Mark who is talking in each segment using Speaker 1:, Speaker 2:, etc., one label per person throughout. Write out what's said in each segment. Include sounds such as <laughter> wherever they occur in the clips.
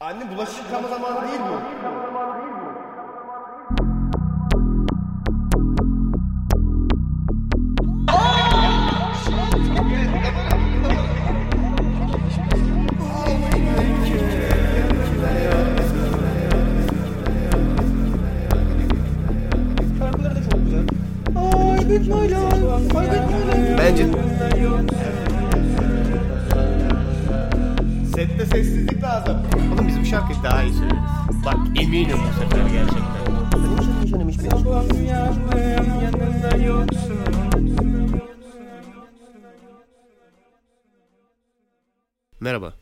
Speaker 1: Anne bulaşık yıkama zamanı değil bu. Bence Sette sessizlik lazım. Oğlum bizim şarkıyı daha iyi söyleriz. Bak eminim bu sefer gerçekten. Merhaba.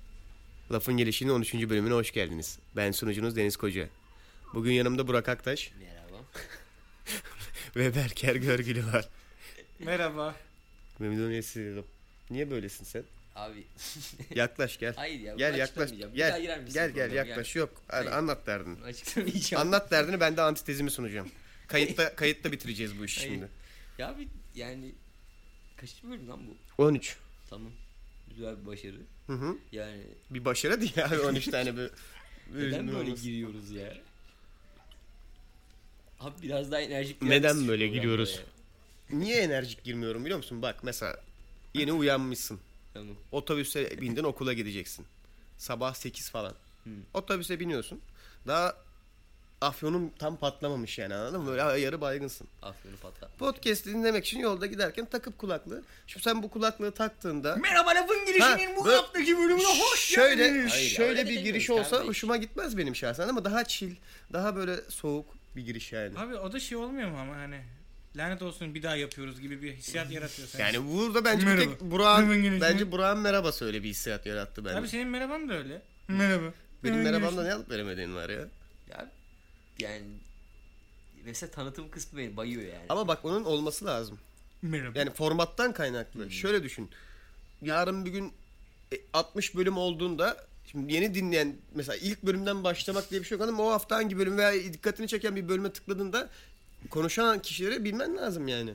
Speaker 1: Lafın Gelişi'nin 13. bölümüne hoş geldiniz. Ben sunucunuz Deniz Koca. Bugün yanımda Burak Aktaş
Speaker 2: Merhaba.
Speaker 1: <laughs> ve Berker Görgülü var.
Speaker 3: Merhaba.
Speaker 1: Memnuniyet duyuyorum. Niye böylesin sen?
Speaker 2: Abi. <laughs>
Speaker 1: Hayır. Yaklaş gel.
Speaker 2: Hayır ya, bunu
Speaker 1: Gel yaklaş.
Speaker 2: açıklamayacağım. Bir daha
Speaker 1: Gel
Speaker 2: girer misin
Speaker 1: gel gel
Speaker 2: programa?
Speaker 1: yaklaş. Yok. Hadi
Speaker 2: Hayır.
Speaker 1: anlat derdini.
Speaker 2: Açıklamayacağım.
Speaker 1: Anlat derdini ben de antitezimi sunacağım. Kayıtta kayıtta bitireceğiz bu işi şimdi.
Speaker 2: Ya abi yani kaçıncı bölüm lan bu?
Speaker 1: 13.
Speaker 2: Tamam. Güzel bir başarı.
Speaker 1: Hı hı.
Speaker 2: Yani
Speaker 1: Bir başarı değil yani 13 tane böyle.
Speaker 2: <laughs> neden böyle giriyoruz ya? Abi biraz daha enerjik bir
Speaker 1: Neden
Speaker 2: yaklaşım
Speaker 1: böyle
Speaker 2: programda
Speaker 1: giriyoruz?
Speaker 2: ya.
Speaker 1: Niye enerjik girmiyorum biliyor musun? Bak mesela yeni uyanmışsın.
Speaker 2: Tamam.
Speaker 1: Otobüse bindin okula gideceksin. Sabah 8 falan.
Speaker 2: Hı.
Speaker 1: Otobüse biniyorsun. Daha afyonun tam patlamamış yani anladın mı? Böyle yarı baygınsın.
Speaker 2: Aferin patla.
Speaker 1: Podcast dinlemek için yolda giderken takıp kulaklığı. Şimdi sen bu kulaklığı taktığında
Speaker 2: Merhaba lafın girişinin
Speaker 1: Ha,
Speaker 2: bu
Speaker 1: böyle-
Speaker 2: haftaki bölümüne hoş
Speaker 1: şöyle
Speaker 2: geldiniz. Hayır,
Speaker 1: şöyle
Speaker 2: öyle
Speaker 1: bir
Speaker 2: de
Speaker 1: giriş
Speaker 2: demiyoruz
Speaker 1: olsa
Speaker 2: kardeş.
Speaker 1: hoşuma gitmez benim şahsen ama daha chill, daha böyle soğuk bir giriş yani.
Speaker 3: Abi o da şey olmuyor mu ama hani lanet olsun bir daha yapıyoruz gibi bir hissiyat yaratıyor sen.
Speaker 1: Yani burada bence bir
Speaker 3: Merhaba.
Speaker 1: tek Burak'ın
Speaker 3: Hemen girişim.
Speaker 1: bence Burak'ın merhaba söyle bir hissiyat yarattı bence.
Speaker 3: Abi senin merhaban da öyle. Merhaba.
Speaker 1: benim merhabamda ne alıp veremediğin var ya.
Speaker 2: Ya, yani mesela tanıtım kısmı beni bayıyor yani.
Speaker 1: Ama bak onun olması lazım.
Speaker 3: Merhaba.
Speaker 1: Yani formattan kaynaklı.
Speaker 3: Hmm.
Speaker 1: Şöyle düşün. Yarın bir gün e, 60 bölüm olduğunda şimdi yeni dinleyen mesela ilk bölümden başlamak diye bir şey yok ama o hafta hangi bölüm veya dikkatini çeken bir bölüme tıkladığında konuşan kişileri bilmen lazım yani.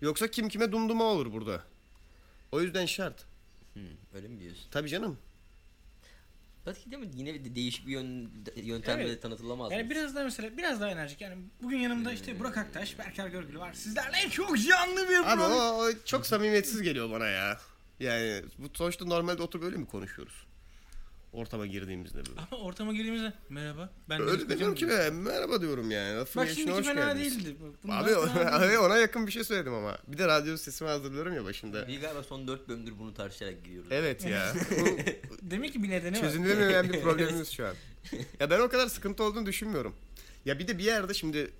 Speaker 1: Yoksa kim kime dumduma olur burada. O yüzden şart.
Speaker 2: Hı, öyle mi diyorsun?
Speaker 1: Tabii canım.
Speaker 2: Belki de mi yine de değişik bir yön, yöntemle
Speaker 3: Evet.
Speaker 2: de tanıtılamaz mı?
Speaker 3: Yani biraz daha mesela biraz daha enerjik. Yani bugün yanımda işte Burak Aktaş, Berker Görgülü var. Sizlerle çok canlı bir
Speaker 1: Abi o,
Speaker 3: program.
Speaker 1: o çok samimiyetsiz geliyor bana ya. Yani bu sonuçta normalde oturup öyle mi konuşuyoruz? Ortama girdiğimizde böyle.
Speaker 3: Ama ortama girdiğimizde merhaba. Ben
Speaker 1: Öyle demiyorum ki
Speaker 3: Bak
Speaker 1: be, merhaba diyorum yani. Lafın
Speaker 3: Bak
Speaker 1: gelişine
Speaker 3: şimdiki
Speaker 1: hoş
Speaker 3: fena
Speaker 1: geldiniz.
Speaker 3: değildi. Bu- bundan
Speaker 1: Abi, o-
Speaker 3: fena
Speaker 1: <laughs> abi
Speaker 3: değildi.
Speaker 1: ona yakın bir şey söyledim ama. Bir de radyo sesimi hazırlıyorum ya başında.
Speaker 2: Bir galiba son 4 bölümdür bunu tartışarak giriyoruz.
Speaker 1: Evet
Speaker 3: <laughs>
Speaker 1: ya.
Speaker 3: Demek ki bir nedeni var.
Speaker 1: Çözülemeyen
Speaker 3: <laughs>
Speaker 1: bir problemimiz şu an. Ya ben o kadar sıkıntı olduğunu düşünmüyorum. Ya bir de bir yerde şimdi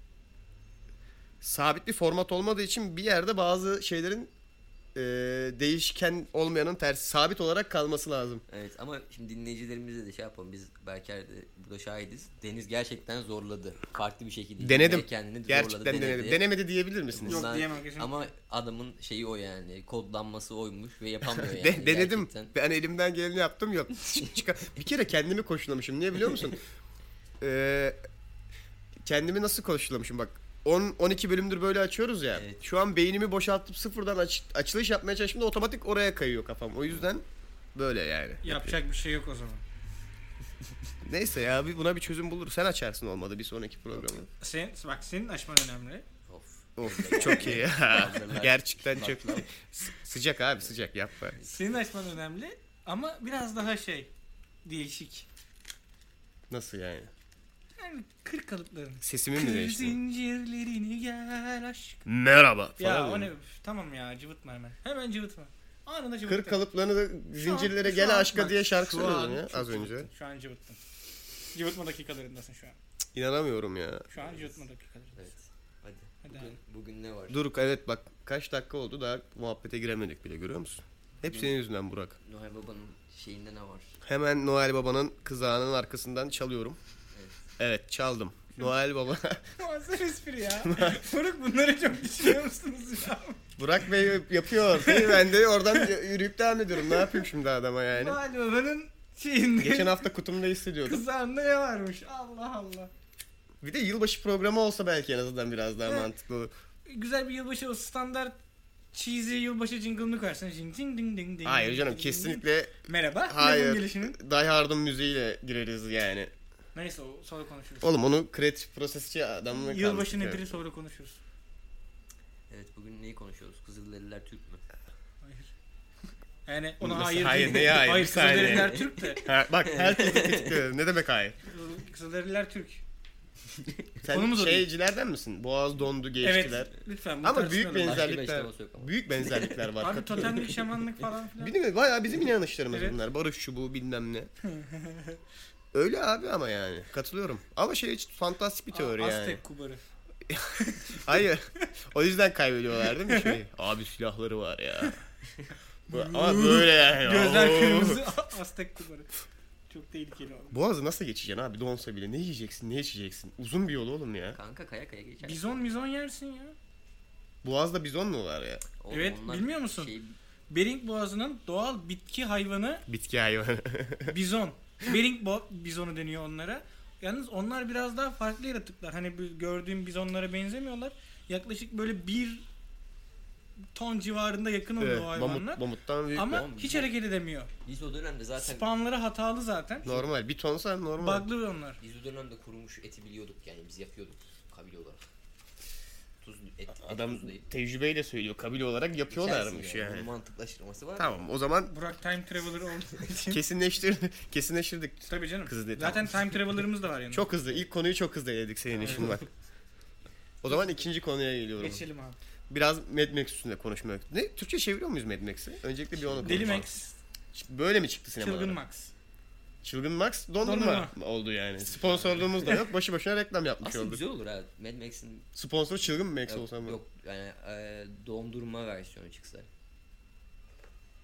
Speaker 1: sabit bir format olmadığı için bir yerde bazı şeylerin e, değişken olmayanın tersi sabit olarak kalması lazım.
Speaker 2: Evet ama şimdi dinleyicilerimize de şey yapalım. Biz Berker de burada şahidiz. Deniz gerçekten zorladı. Farklı bir şekilde.
Speaker 1: Denedim.
Speaker 2: Yine Kendini zorladı,
Speaker 1: Gerçekten denedim. Denemedi diyebilir misiniz?
Speaker 3: Yok.
Speaker 2: Bundan-
Speaker 3: diyemem kesinlikle.
Speaker 2: Ama adamın şeyi o yani. Kodlanması oymuş ve yapamıyor
Speaker 1: <laughs>
Speaker 2: yani.
Speaker 1: De- denedim.
Speaker 2: gerçekten.
Speaker 1: Ben elimden geleni yaptım yok. Çık- çıkar- bir kere kendimi koşulamışım. Niye biliyor
Speaker 2: <laughs>
Speaker 1: musun? Ee, kendimi nasıl koşulamışım bak. 10 12 bölümdür böyle açıyoruz ya.
Speaker 2: Evet.
Speaker 1: Şu an beynimi boşaltıp sıfırdan aç- açılış yapmaya çalıştığımda otomatik oraya kayıyor kafam. O yüzden böyle yani.
Speaker 3: Yapacak bir şey yok o zaman.
Speaker 1: Neyse ya bir buna bir çözüm bulur. Sen açarsın olmadı bir sonraki programı.
Speaker 3: Senin, bak senin açman önemli.
Speaker 2: Of.
Speaker 1: Of çok iyi ya.
Speaker 2: <laughs>
Speaker 1: <laughs>
Speaker 2: Hazırlar.
Speaker 1: Gerçekten çok
Speaker 2: Baklar.
Speaker 1: Sı- sıcak abi sıcak yapma.
Speaker 3: Senin açman önemli ama biraz daha şey değişik.
Speaker 1: Nasıl yani?
Speaker 3: Yani kır kalıpların.
Speaker 1: Sesimi
Speaker 2: <laughs>
Speaker 1: mi
Speaker 3: Kır
Speaker 1: değişti?
Speaker 3: zincirlerini gel aşk.
Speaker 1: Merhaba
Speaker 3: Ya
Speaker 1: falan.
Speaker 3: o
Speaker 1: mı?
Speaker 3: ne? Üf, Tamam ya cıvıtma hemen. Hemen cıvıtma. Anında cıvıttın.
Speaker 1: Kır kalıplarını da zincirlere
Speaker 3: şu
Speaker 1: gel
Speaker 3: an-
Speaker 1: aşka
Speaker 3: bak,
Speaker 1: diye şarkı
Speaker 3: şu
Speaker 1: söylüyordun
Speaker 3: an
Speaker 1: ya
Speaker 3: çok
Speaker 1: az önce.
Speaker 3: cıvıttın. Şu an cıvıttın. Cıvıtma dakikalarındasın şu an.
Speaker 1: İnanamıyorum ya.
Speaker 3: Şu an cıvıtma dakikalarındasın.
Speaker 2: Evet.
Speaker 3: <laughs>
Speaker 2: Hadi.
Speaker 3: Hadi
Speaker 2: Bugün, bugün ne var?
Speaker 1: Dur evet bak kaç dakika oldu daha muhabbete giremedik bile görüyor musun? Hep senin yüzünden Burak.
Speaker 2: Noel Baba'nın şeyinde ne var?
Speaker 1: Hemen Noel Baba'nın kızağının arkasından çalıyorum.
Speaker 2: Evet.
Speaker 1: Evet çaldım. Noel Baba. <laughs>
Speaker 3: Muazzam espri ya. <laughs> Buruk bunları çok düşünüyor musunuz ya?
Speaker 1: Burak Bey yapıyor. değil mi? ben de oradan y- yürüyüp devam ediyorum. Ne yapayım şimdi adama yani?
Speaker 3: Noel Baba'nın şeyinde. <laughs>
Speaker 1: Geçen hafta kutumda hissediyordum.
Speaker 3: Kızağında ne varmış? Allah Allah.
Speaker 1: Bir de yılbaşı programı olsa belki en azından biraz daha
Speaker 3: Evet.
Speaker 1: mantıklı olur.
Speaker 3: Güzel bir yılbaşı o standart cheesy yılbaşı jingle'ını koyarsan jing ding ding ding ding.
Speaker 1: Hayır
Speaker 3: ding
Speaker 1: canım
Speaker 3: ding ding.
Speaker 1: kesinlikle
Speaker 3: Merhaba. Hayır.
Speaker 1: hayır.
Speaker 3: gelişinin.
Speaker 1: Die Hard'ın müziğiyle gireriz yani.
Speaker 3: Neyse o sonra konuşuruz.
Speaker 1: Oğlum onu kreatif prosesçi adamla kalmış.
Speaker 3: Yılbaşı
Speaker 1: Evet.
Speaker 3: nedir sonra konuşuruz.
Speaker 2: Evet bugün neyi konuşuyoruz? Kızılderililer Türk mü?
Speaker 3: Hayır. <laughs> Yani ona
Speaker 1: Nasıl
Speaker 3: hayır,
Speaker 1: hayır,
Speaker 3: değil.
Speaker 1: neye hayır?
Speaker 3: hayır
Speaker 1: Bir saniye.
Speaker 3: Kızılderililer Türk de.
Speaker 1: Ha, <laughs> bak herkesi tetikliyorum. e, Ne demek hayır?
Speaker 3: Kızıl- Kızılderililer Türk.
Speaker 1: Sen
Speaker 3: Onu mu sorayım?
Speaker 1: şeycilerden misin? Boğaz dondu
Speaker 3: Evet.
Speaker 1: geçtiler.
Speaker 3: Lütfen. bunu
Speaker 1: Ama büyük
Speaker 3: tartışmayalım.
Speaker 2: benzer- Başka bir
Speaker 1: benzerlikler
Speaker 2: açıklaması yok ama.
Speaker 1: büyük benzerlikler var.
Speaker 3: <laughs> Abi
Speaker 1: katılıyorum.
Speaker 3: totemlik, şamanlık falan filan.
Speaker 1: Bilmiyorum bayağı bizim inanışlarımız
Speaker 3: Evet.
Speaker 1: bunlar. Barış çubuğu bilmem
Speaker 3: <laughs>
Speaker 1: ne. Öyle abi ama yani. Katılıyorum. Ama şey hiç fantastik bir teori
Speaker 3: Aztek
Speaker 1: yani.
Speaker 3: kubarı.
Speaker 1: Hayır. <laughs> O yüzden kaybediyorlar değil mi şey? Abi silahları var ya. Bu-
Speaker 3: <laughs>
Speaker 1: ama böyle yani. Oo.
Speaker 3: Gözler kırmızı. <laughs> Aztek kubarı. Çok tehlikeli oğlum.
Speaker 1: Boğazı nasıl geçeceksin abi donsa bile? Ne yiyeceksin ne içeceksin? Uzun bir yol oğlum ya.
Speaker 2: Kanka kaya kaya geçer.
Speaker 3: Bizon mizon yersin ya.
Speaker 1: Boğazda bizon mu var ya?
Speaker 2: Oğlum
Speaker 3: Evet,
Speaker 2: onlar
Speaker 3: bilmiyor musun?
Speaker 2: Şey,
Speaker 3: Bering Boğazı'nın doğal bitki hayvanı
Speaker 1: Bitki
Speaker 3: <laughs>
Speaker 1: hayvanı.
Speaker 3: bizon. Bering bo bizonu deniyor onlara. Yalnız onlar biraz daha farklı yaratıklar. Hani bu gördüğüm bizonlara benzemiyorlar. Yaklaşık böyle bir ton civarında yakın oluyor
Speaker 1: evet,
Speaker 3: o
Speaker 1: mamut,
Speaker 3: hayvanlar.
Speaker 1: mamuttan büyük.
Speaker 3: Ama
Speaker 2: Oğlum,
Speaker 3: hiç
Speaker 2: bu-
Speaker 3: hareket edemiyor.
Speaker 2: biz o dönemde zaten
Speaker 3: Spamları hatalı zaten.
Speaker 1: Normal. Bir tonsa normal.
Speaker 3: Bug'lı onlar.
Speaker 2: biz o dönemde kurumuş eti biliyorduk yani biz yapıyorduk kabile olarak. Tuz et, et
Speaker 1: Adam
Speaker 2: tuzlayıp.
Speaker 1: tecrübeyle söylüyor. Kabile olarak yapıyorlarmış
Speaker 2: İçersin
Speaker 1: yani.
Speaker 2: Bunun mantıklı açıklaması var.
Speaker 1: Tamam o zaman
Speaker 3: Burak time
Speaker 1: <laughs>
Speaker 3: traveler olduğu için.
Speaker 1: Kesinleştir, <laughs> kesinleştirdik.
Speaker 3: Tabii canım.
Speaker 1: Kız dedi,
Speaker 3: Zaten time traveler'ımız da var yanında.
Speaker 1: Çok hızlı. İlk konuyu çok hızlı eledik senin için bak. O zaman ikinci konuya geliyorum.
Speaker 3: Geçelim abi.
Speaker 1: Biraz Mad Max üstünde konuşmak. Ne? Türkçe çeviriyor muyuz Mad Max'i? Öncelikle bir onu konuşalım.
Speaker 3: Deli Max,
Speaker 1: Şimdi Böyle mi çıktı sinemalara?
Speaker 3: Çılgın Max.
Speaker 1: Çılgın Max dondurma, oldu yani. Sponsorluğumuz da yok. Başı başına reklam yapmış
Speaker 2: Aslında
Speaker 1: olduk.
Speaker 2: güzel olur ha. Mad Max'in
Speaker 1: Sponsor Çılgın Max
Speaker 2: yok,
Speaker 1: olsam
Speaker 2: yok yani e, dondurma versiyonu çıksa.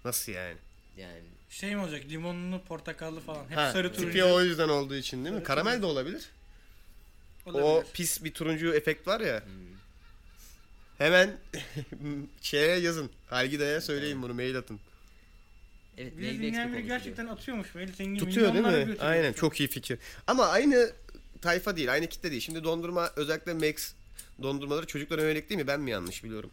Speaker 1: Nasıl yani?
Speaker 2: Yani
Speaker 3: Şey mi olacak? Limonlu, portakallı falan. Hep
Speaker 1: Ha,
Speaker 3: sarı
Speaker 1: tipi
Speaker 3: turuncu.
Speaker 1: o yüzden olduğu için değil mi?
Speaker 3: Sarı
Speaker 1: Karamel de olabilir. O
Speaker 3: olabilir. Hmm.
Speaker 1: pis bir turuncu efekt var ya. Hemen <laughs> şeye yazın. Algida'ya söyleyin bunu mail atın.
Speaker 2: evet
Speaker 3: Bizi
Speaker 2: Mad Max'le
Speaker 3: dinleyen biri
Speaker 2: konuşuluyor.
Speaker 3: gerçekten atıyormuş. Mail zengin
Speaker 1: Tutuyor değil
Speaker 3: milyonlara
Speaker 1: mi?
Speaker 3: götürüyor.
Speaker 1: Aynen çok iyi fikir. Ama aynı tayfa değil, aynı kitle değil. Şimdi dondurma özellikle Max dondurmaları çocuklara yönelik değil mi? Ben mi yanlış biliyorum?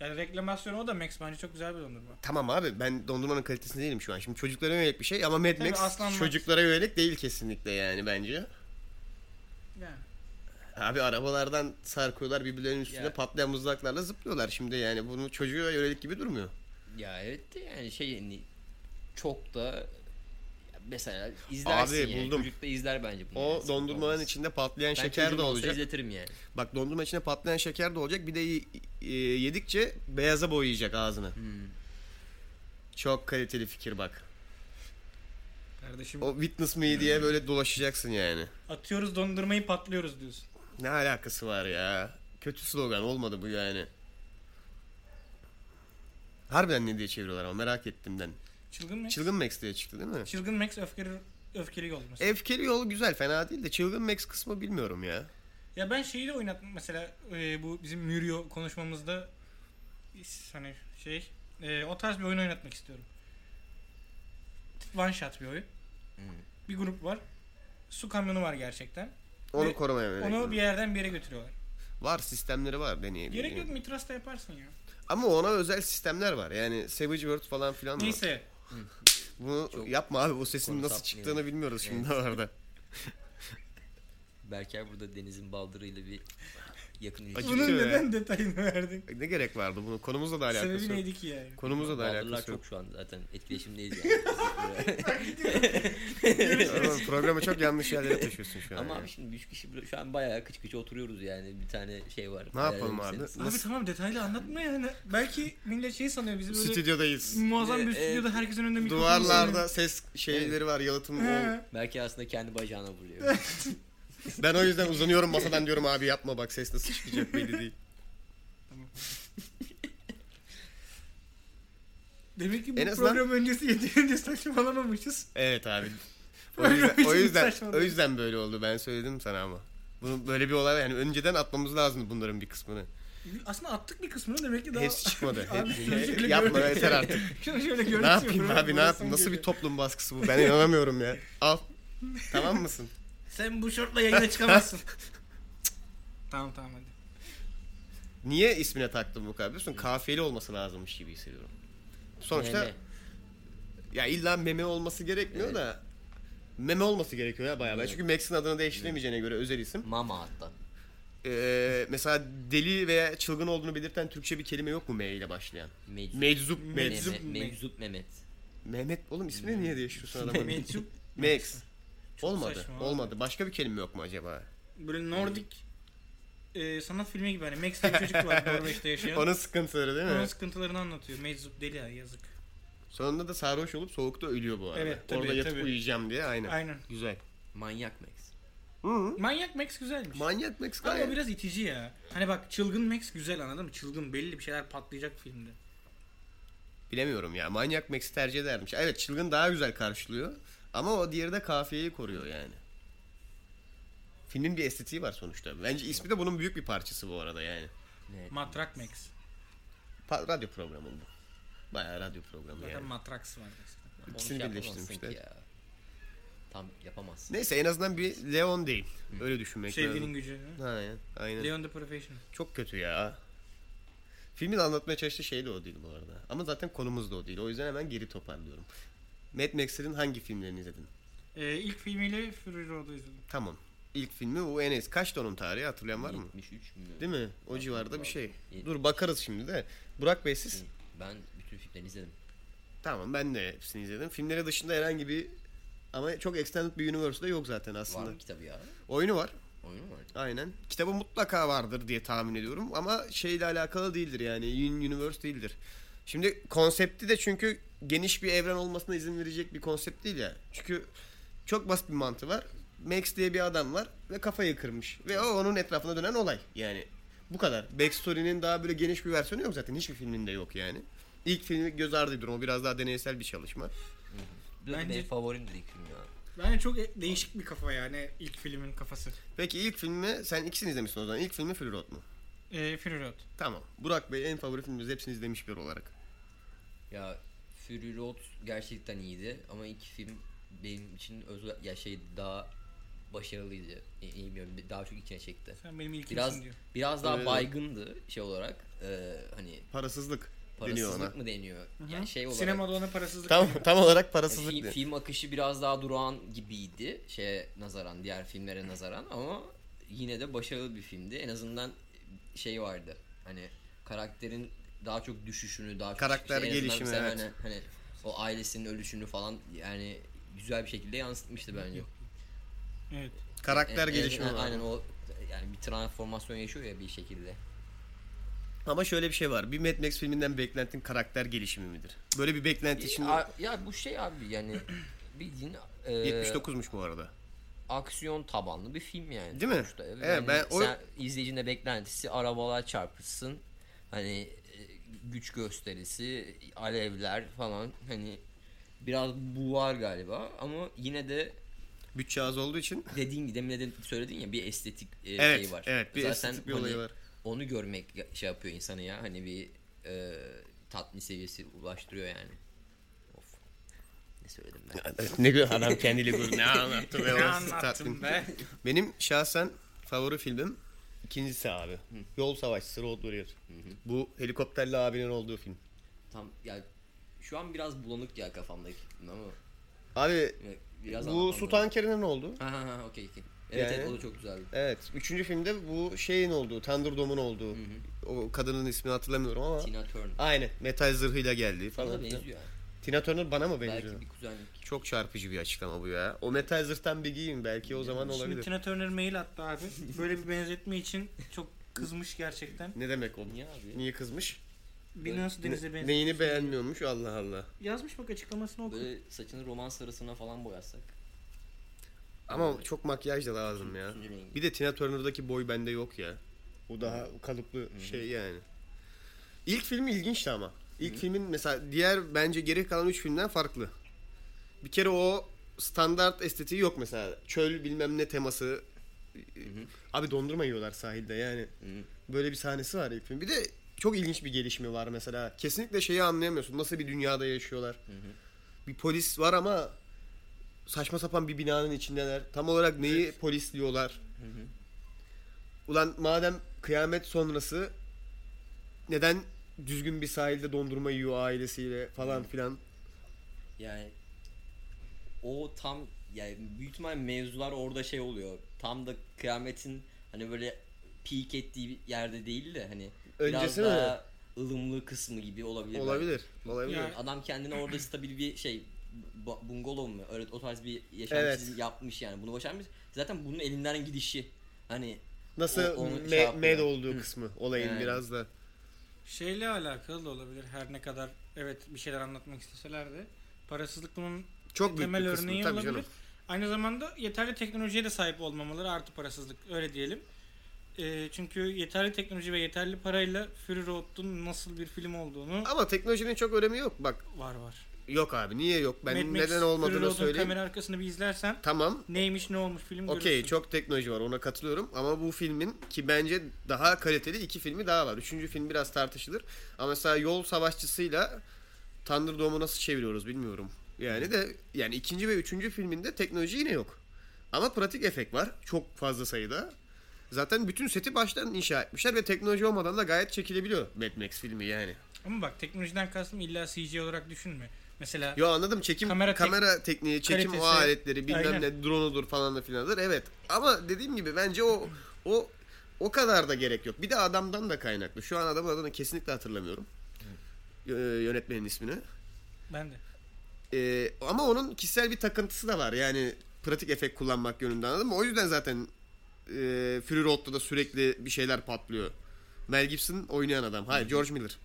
Speaker 3: Yani reklamasyonu o da Max bence çok güzel bir dondurma.
Speaker 1: Tamam abi ben dondurmanın kalitesinde değilim şu an. Şimdi çocuklara yönelik bir şey ama Mad
Speaker 3: Tabii,
Speaker 1: Max
Speaker 3: Aslan Max.
Speaker 1: çocuklara yönelik değil kesinlikle yani bence.
Speaker 3: Yani.
Speaker 1: Abi arabalardan sarkıyorlar birbirlerinin üstüne
Speaker 2: Ya.
Speaker 1: patlayan mızraklarla zıplıyorlar şimdi yani. Bunu çocuğa yönelik gibi durmuyor.
Speaker 2: Ya evet de yani şey yani çok da ya mesela izlersin
Speaker 1: Abi,
Speaker 2: yani.
Speaker 1: buldum.
Speaker 2: Çocuk da izler bence bunu.
Speaker 1: O
Speaker 2: yani.
Speaker 1: dondurmanın
Speaker 2: Olmaz.
Speaker 1: içinde patlayan
Speaker 2: Ben
Speaker 1: şeker
Speaker 2: çocuğum
Speaker 1: de
Speaker 2: olsa
Speaker 1: olacak.
Speaker 2: izletirim yani.
Speaker 1: Bak dondurma içinde patlayan şeker de olacak. Bir de y- e, yedikçe beyaza boyayacak ağzını.
Speaker 2: Hmm.
Speaker 1: Çok kaliteli fikir bak.
Speaker 3: Kardeşim
Speaker 1: O witness me
Speaker 2: Hmm.
Speaker 1: diye böyle dolaşacaksın yani.
Speaker 3: atıyoruz dondurmayı patlıyoruz diyorsun.
Speaker 1: Ne alakası var ya? Kötü slogan olmadı bu yani. Harbiden ne diye çeviriyorlar ama merak ettimden.
Speaker 3: Çılgın Max. Çılgın,
Speaker 1: Çılgın Max E- diye çıktı değil mi?
Speaker 3: Max öfkeli öfkeli yol mesela.
Speaker 1: Efkeli yol güzel fena değil de Çılgın Max kısmı bilmiyorum ya.
Speaker 3: Ya ben şeyi de oynatmam mesela e, bu bizim Mürio konuşmamızda is- hani şey e, o tarz bir oyun oynatmak istiyorum. One shot bir oyun.
Speaker 1: Hmm.
Speaker 3: Bir grup var. Su kamyonu var gerçekten.
Speaker 1: Onu
Speaker 3: Ve
Speaker 1: korumaya merak
Speaker 3: Onu
Speaker 1: ediyorum.
Speaker 3: bir yerden bir yere götürüyorlar.
Speaker 1: Var sistemleri var deneyebiliriz.
Speaker 3: Gerek yok Mitras'ta yaparsın ya.
Speaker 1: Ama ona özel sistemler var. Yani Savage World falan filan var.
Speaker 3: Neyse.
Speaker 1: Bunu
Speaker 2: Çok-
Speaker 1: yapma abi o sesin
Speaker 2: Konu
Speaker 1: nasıl
Speaker 2: sapmıyor.
Speaker 1: çıktığını bilmiyoruz şimdi orada.
Speaker 2: Berker burada denizin baldırıyla bir yakın
Speaker 1: Acı-
Speaker 2: ilişki.
Speaker 3: Bunun
Speaker 1: Acıtıyor
Speaker 3: neden detayını verdin?
Speaker 1: Ne gerek vardı bunun? Konumuzla da alakası
Speaker 3: Sebebi
Speaker 1: yok.
Speaker 3: neydi ki yani?
Speaker 1: Konumuzla da
Speaker 2: Baldırlar
Speaker 1: alakası yok.
Speaker 2: <laughs> çok şu an zaten
Speaker 1: <laughs>
Speaker 2: etkileşimdeyiz yani.
Speaker 1: Ama Programı çok yanlış yerlere taşıyorsun şu an.
Speaker 2: Ama şey
Speaker 1: ya.
Speaker 2: abi şimdi üç kişi bile- şu an bayağı kıç kıç oturuyoruz yani bir tane şey var.
Speaker 1: Ne yapalım
Speaker 2: Helal
Speaker 1: abi?
Speaker 2: olsun.
Speaker 3: Abi tamam detaylı anlatma yani. Belki millet şey sanıyor bizi böyle
Speaker 1: Stüdyodayız.
Speaker 3: muazzam bir
Speaker 2: Ee,
Speaker 3: stüdyoda herkesin önünde mikrofon
Speaker 1: Duvarlarda ses şeyleri var yalıtım.
Speaker 3: He.
Speaker 2: Berker aslında kendi
Speaker 1: <laughs>
Speaker 2: bacağına vuruyor.
Speaker 1: ben o yüzden uzanıyorum masadan diyorum abi yapma bak ses nasıl çıkacak belli değil.
Speaker 3: Demek ki bu
Speaker 1: En azından-
Speaker 3: program öncesi yeterince saçmalamamışız.
Speaker 1: Evet abi. O
Speaker 3: Program
Speaker 1: yüzden,
Speaker 3: için
Speaker 1: o yüzden,
Speaker 3: saçmalık.
Speaker 1: o yüzden böyle oldu ben söyledim sana ama. Bunu böyle bir olay yani önceden atmamız lazımdı bunların bir kısmını.
Speaker 3: Aslında attık bir kısmını demek ki daha...
Speaker 1: Hepsi çıkmadı.
Speaker 3: <laughs> Abi,
Speaker 1: Hepsi.
Speaker 3: şöyle
Speaker 1: Yapma
Speaker 3: gör-
Speaker 1: yeter artık.
Speaker 3: <laughs> Şunu şöyle
Speaker 1: Ne yapayım abi ne yapayım? Nasıl bir
Speaker 3: top?
Speaker 1: toplum baskısı bu? Ben inanamıyorum ya. Al. Tamam mısın? <laughs>
Speaker 3: Sen bu şortla yayına çıkamazsın. tamam tamam hadi.
Speaker 1: Niye ismine taktım bu kadar biliyorsun? Kafiyeli olması lazımmış gibi hissediyorum. Sonuçta
Speaker 2: Meme.
Speaker 1: ya illa meme olması gerekmiyor
Speaker 2: Evet.
Speaker 1: da meme olması gerekiyor ya bayağı. bayağı. Çünkü Max'in adını değiştiremeyeceğine göre özel isim.
Speaker 2: Mama hatta.
Speaker 1: Ee, mesela deli veya çılgın olduğunu belirten Türkçe bir kelime yok mu M ile başlayan?
Speaker 2: Meczup.
Speaker 1: Meczup,
Speaker 2: Meme-
Speaker 1: meczup.
Speaker 2: Meczup Mehmet.
Speaker 1: Mehmet oğlum ismini niye değiştiriyorsun
Speaker 3: <laughs>
Speaker 1: adamın?
Speaker 3: Meczup.
Speaker 1: Max.
Speaker 3: Hmm. Çok
Speaker 1: Olmadı.
Speaker 3: saçma abi.
Speaker 1: Olmadı. Başka bir kelime yok mu acaba?
Speaker 3: Böyle Nordik e, sanat filmi gibi hani Max diye bir
Speaker 1: <laughs>
Speaker 3: çocuk var Norveç'te yaşayan.
Speaker 1: Onun sıkıntıları değil
Speaker 3: Onun
Speaker 1: mi?
Speaker 3: sıkıntılarını anlatıyor. Meczup deli ya yazık.
Speaker 1: Sonunda da sarhoş olup soğukta ölüyor bu arada.
Speaker 3: Evet, tabii,
Speaker 1: Orada yatıp
Speaker 3: tabii.
Speaker 1: uyuyacağım diye aynen.
Speaker 3: Aynen.
Speaker 1: Güzel.
Speaker 2: Manyak Max.
Speaker 1: Hı.
Speaker 3: Manyak Max güzelmiş.
Speaker 1: Manyak Max
Speaker 3: Ama
Speaker 1: gayet.
Speaker 3: o biraz itici ya. Hani bak çılgın Max güzel anladın mı? Çılgın belli bir şeyler patlayacak filmde.
Speaker 1: Bilemiyorum ya. Manyak Max'i tercih edermiş. Evet çılgın daha güzel karşılıyor. Ama o diğeri de kafiyeyi koruyor yani. Filmin bir estetiği var sonuçta. Bence ismi de bunun büyük bir parçası bu arada yani.
Speaker 2: Evet.
Speaker 3: Matrak Max.
Speaker 1: Pa- radyo programı bu. Bayağı radyo programı
Speaker 3: Zaten
Speaker 1: yani.
Speaker 3: Matrax var. mesela.
Speaker 2: Onu
Speaker 1: İkisini
Speaker 2: şey
Speaker 1: birleştirmişler.
Speaker 2: yapamazsın ki ya. Tam yapamazsın.
Speaker 1: Neyse en azından bir Leon değil. Öyle düşünmek
Speaker 3: Sevginin
Speaker 1: lazım.
Speaker 3: gücü.
Speaker 1: Aynen. Aynen.
Speaker 3: Şey, Leon the Professional.
Speaker 1: Çok kötü ya. Filmin anlatmaya çalıştığı şey de o değil bu arada. Ama zaten konumuz da o değil. O yüzden hemen geri toparlıyorum. Mad Max'lerin hangi filmlerini izledin?
Speaker 3: Ee, ilk filmiyle Fury Road'u izledim.
Speaker 1: Tamam. İlk filmi bu en eski. Kaçtı onun tarihi hatırlayan var mı?
Speaker 2: 73 mü?
Speaker 1: Değil mi? O
Speaker 2: Bakmak
Speaker 1: civarda
Speaker 2: lazım.
Speaker 1: bir şey.
Speaker 2: Yetmiş.
Speaker 1: Dur bakarız şimdi de. Burak Bey siz?
Speaker 2: Ben bütün filmlerini izledim.
Speaker 1: Tamam ben de hepsini izledim. Filmleri dışında herhangi bir ama çok extended bir universe de yok zaten
Speaker 2: Var
Speaker 1: aslında.
Speaker 2: mı kitabı ya?
Speaker 1: Oyunu var.
Speaker 2: Oyunu var.
Speaker 1: Aynen. Kitabı mutlaka vardır diye tahmin ediyorum ama şeyle alakalı değildir yani Un- Universe değildir. Şimdi konsepti de çünkü geniş bir evren olmasına izin verecek bir konsept değil ya. Çünkü çok basit bir mantığı var. Max diye bir adam var ve kafayı kırmış. Ve o onun etrafında dönen olay. Yani bu kadar. Backstory'nin daha böyle geniş bir versiyonu yok zaten. Hiçbir filminde yok yani. İlk filmi göz ardı ediyorum. O biraz daha deneysel bir çalışma.
Speaker 2: Bence...
Speaker 3: Bence-
Speaker 2: Benim favorim direkt film ya.
Speaker 3: Bence çok e- değişik bir kafa yani ilk filmin kafası.
Speaker 1: Peki ilk filmi sen ikisini izlemişsin o zaman. İlk filmi Fury Road mu?
Speaker 3: Ee, Fury Road.
Speaker 1: Tamam. Burak Bey en favori filmimiz hepsini izlemiş bir olarak.
Speaker 2: Ya Fury Road gerçekten iyiydi ama iki film benim için özel ya şey daha başarılıydı. E, iyi bilmiyorum, daha çok içine çekti.
Speaker 3: Sen benim ilkimsin
Speaker 2: Biraz
Speaker 3: diyor.
Speaker 2: biraz daha
Speaker 1: Evet.
Speaker 2: baygındı şey olarak. Ee, hani
Speaker 1: Parasızlık, deniyor ona.
Speaker 2: parasızlık mı deniyor? Yani şey olarak.
Speaker 3: Sinemada ona parasızlık.
Speaker 1: Tam
Speaker 3: veriyor.
Speaker 1: tam olarak
Speaker 2: Yani
Speaker 1: parasızlık.
Speaker 2: fi-
Speaker 1: deniyor.
Speaker 2: film akışı biraz daha durağan gibiydi şeye nazaran diğer filmlere nazaran ama yine de başarılı bir filmdi. En azından şey vardı. Hani karakterin daha çok düşüşünü, daha çok
Speaker 1: Karakter
Speaker 2: en azından
Speaker 1: gelişimi,
Speaker 2: sen
Speaker 1: evet.
Speaker 2: hani, hani o ailesinin ölüşünü falan yani güzel bir şekilde yansıtmıştı bence.
Speaker 3: Evet.
Speaker 1: Karakter
Speaker 2: En- en-
Speaker 1: gelişimi. var.
Speaker 2: e, Aynen o yani bir transformasyon yaşıyor ya bir şekilde.
Speaker 1: Ama şöyle bir şey var. Bir Mad Max filminden beklentin karakter gelişimi midir? Böyle bir beklenti için
Speaker 2: Ya, ya bu şey abi yani bildiğin e,
Speaker 1: 79'muş bu arada.
Speaker 2: aksiyon tabanlı bir film yani.
Speaker 1: Değil mi?
Speaker 2: Sonuçta.
Speaker 1: Evet, ben o-
Speaker 2: sen- izleyicinin de beklentisi arabalar çarpışsın. Hani e, güç gösterisi, alevler falan hani biraz bu var galiba ama yine de
Speaker 1: Bütçe az olduğu için.
Speaker 2: dediğin gibi demin de dedik- söyledin ya bir estetik e,
Speaker 1: Evet,
Speaker 2: şey var.
Speaker 1: evet, bir estetik bir
Speaker 2: hani
Speaker 1: olayı var.
Speaker 2: Onu görmek şey yapıyor insanı ya hani bir e, tatmin seviyesi ulaştırıyor yani. Of. Ne söyledim ben?
Speaker 1: ne diyor adam kendiyle gurur. Ne anlattı be.
Speaker 3: Ne anlattım be?
Speaker 1: Benim şahsen favori filmim ikincisi abi. Yol Savaşçısı Road Warrior. Bu helikopterli abinin olduğu film.
Speaker 2: Tam ya şu an biraz bulanık ya kafamdaki ama
Speaker 1: Abi
Speaker 2: Evet, Ee, Biraz
Speaker 1: bu
Speaker 2: anlatmam
Speaker 1: su
Speaker 2: lazım.
Speaker 1: tankerinin oldu.
Speaker 2: Ha ha ha okey okey. Evet
Speaker 1: Yani-
Speaker 2: evet o da çok güzeldi.
Speaker 1: Evet. Üçüncü filmde bu şeyin olduğu, Thunderdome'un olduğu. O kadının ismini hatırlamıyorum ama.
Speaker 2: Tina Turner.
Speaker 1: Aynen. Metal zırhıyla geldi
Speaker 2: Bana
Speaker 1: falan.
Speaker 2: benziyor yani.
Speaker 1: Tina Turner bana mı benziyor?
Speaker 2: Belki bir kuzenlik.
Speaker 1: Çok çarpıcı bir açıklama bu ya. O metal zırhtan bir giyin belki o zaman
Speaker 3: Şimdi
Speaker 1: olabilir.
Speaker 3: Tina Turner mail attı abi. Böyle bir benzetme için çok kızmış gerçekten.
Speaker 1: Ne demek o?
Speaker 2: Niye abi?
Speaker 1: Niye kızmış?
Speaker 3: Beni nasıl denize
Speaker 1: Ne-
Speaker 3: benzetme.
Speaker 1: neyini beğenmiyormuş Allah Allah.
Speaker 3: Yazmış bak açıklamasını oku.
Speaker 2: Böyle saçını roman sarısına falan boyatsak.
Speaker 1: Ama çok makyaj da lazım ya.
Speaker 2: Üçüncü rengi.
Speaker 1: Bir de Tina Turner'daki boy bende yok ya. O daha kalıplı şey yani. İlk filmi ilginçti ama. İlk filmin mesela diğer bence geri kalan 3 filmden farklı. Bir kere o standart estetiği yok mesela. Çöl bilmem ne teması. Abi dondurma yiyorlar sahilde yani.
Speaker 2: Hı.
Speaker 1: Böyle bir sahnesi var ilk film. Bir de çok ilginç bir gelişme var mesela. Kesinlikle şeyi anlayamıyorsun. Nasıl bir dünyada yaşıyorlar. Bir polis var ama saçma sapan bir binanın içindeler. Tam olarak neyi polisliyorlar? Ulan madem kıyamet sonrası neden düzgün bir sahilde dondurma yiyor ailesiyle falan filan.
Speaker 2: Yani o tam yani büyük ihtimal mevzular orada şey oluyor. Tam da kıyametin hani böyle peak ettiği bir yerde değil de hani
Speaker 1: Öncesi mi?
Speaker 2: biraz daha ılımlı kısmı gibi olabilir. belki.
Speaker 1: Olabilir. Olabilir.
Speaker 3: Yani-
Speaker 2: Adam kendine orada stabil bir şey bu- bungalov mu? Öyle o tarz bir yaşam
Speaker 1: Evet.
Speaker 2: çizimi yapmış yani. Bunu başarmış. Zaten bunun elinden gidişi. Hani
Speaker 1: Nasıl
Speaker 2: O- onu
Speaker 1: me-
Speaker 2: şey yapıyor.
Speaker 1: med olduğu kısmı olayın
Speaker 2: Yani.
Speaker 1: biraz da.
Speaker 3: Şeyle alakalı da olabilir her ne kadar evet bir şeyler anlatmak isteseler de. Parasızlık bunun
Speaker 1: Çok büyük
Speaker 3: temel
Speaker 1: bir
Speaker 3: örneği
Speaker 1: kısmı tabii
Speaker 3: olabilir.
Speaker 1: canım.
Speaker 3: Aynı zamanda yeterli teknolojiye de sahip olmamaları artı parasızlık öyle diyelim. Ee, çünkü yeterli teknoloji ve yeterli parayla Fury Road'un nasıl bir film olduğunu
Speaker 1: Ama teknolojinin çok önemi yok. Bak
Speaker 3: var var.
Speaker 1: yok abi niye yok? Ben
Speaker 3: Mad Max,
Speaker 1: neden
Speaker 3: Fury
Speaker 1: olmadığını
Speaker 3: Road'un
Speaker 1: söyleyeyim.
Speaker 3: kamera arkasını bir izlersen
Speaker 1: Tamam.
Speaker 3: neymiş ne olmuş film
Speaker 1: Okey
Speaker 3: görürsün.
Speaker 1: çok teknoloji var ona katılıyorum ama bu filmin ki bence daha kaliteli iki filmi daha var. Üçüncü film biraz tartışılır ama mesela Yol Savaşçısı'yla Thunderdome'u nasıl çeviriyoruz bilmiyorum. Yani de yani ikinci ve üçüncü filminde teknoloji yine yok. Ama pratik efekt var çok fazla sayıda. Zaten bütün seti baştan inşa etmişler ve teknoloji olmadan da gayet çekilebiliyor Mad Max filmi yani.
Speaker 3: Ama bak teknolojiden kastım illa CG olarak düşünme. Mesela
Speaker 1: Yo anladım çekim kamera,
Speaker 3: Kamera tek-
Speaker 1: tekniği, çekim o
Speaker 3: kalitesi.
Speaker 1: aletleri, bilmem
Speaker 3: Aynen.
Speaker 1: ne drone'udur falan da filandır. Evet. Ama dediğim gibi bence o o o kadar da gerek yok. Bir de adamdan da kaynaklı. Şu an adamın adını kesinlikle hatırlamıyorum. Yö- yönetmenin ismini.
Speaker 3: ben de.
Speaker 1: Ee, ama onun kişisel bir takıntısı da var. Yani pratik efekt kullanmak yönünde anladın mı? O yüzden zaten e, Fury Road'da da sürekli bir şeyler patlıyor. Mel Gibson oynayan adam. Hayır George Miller.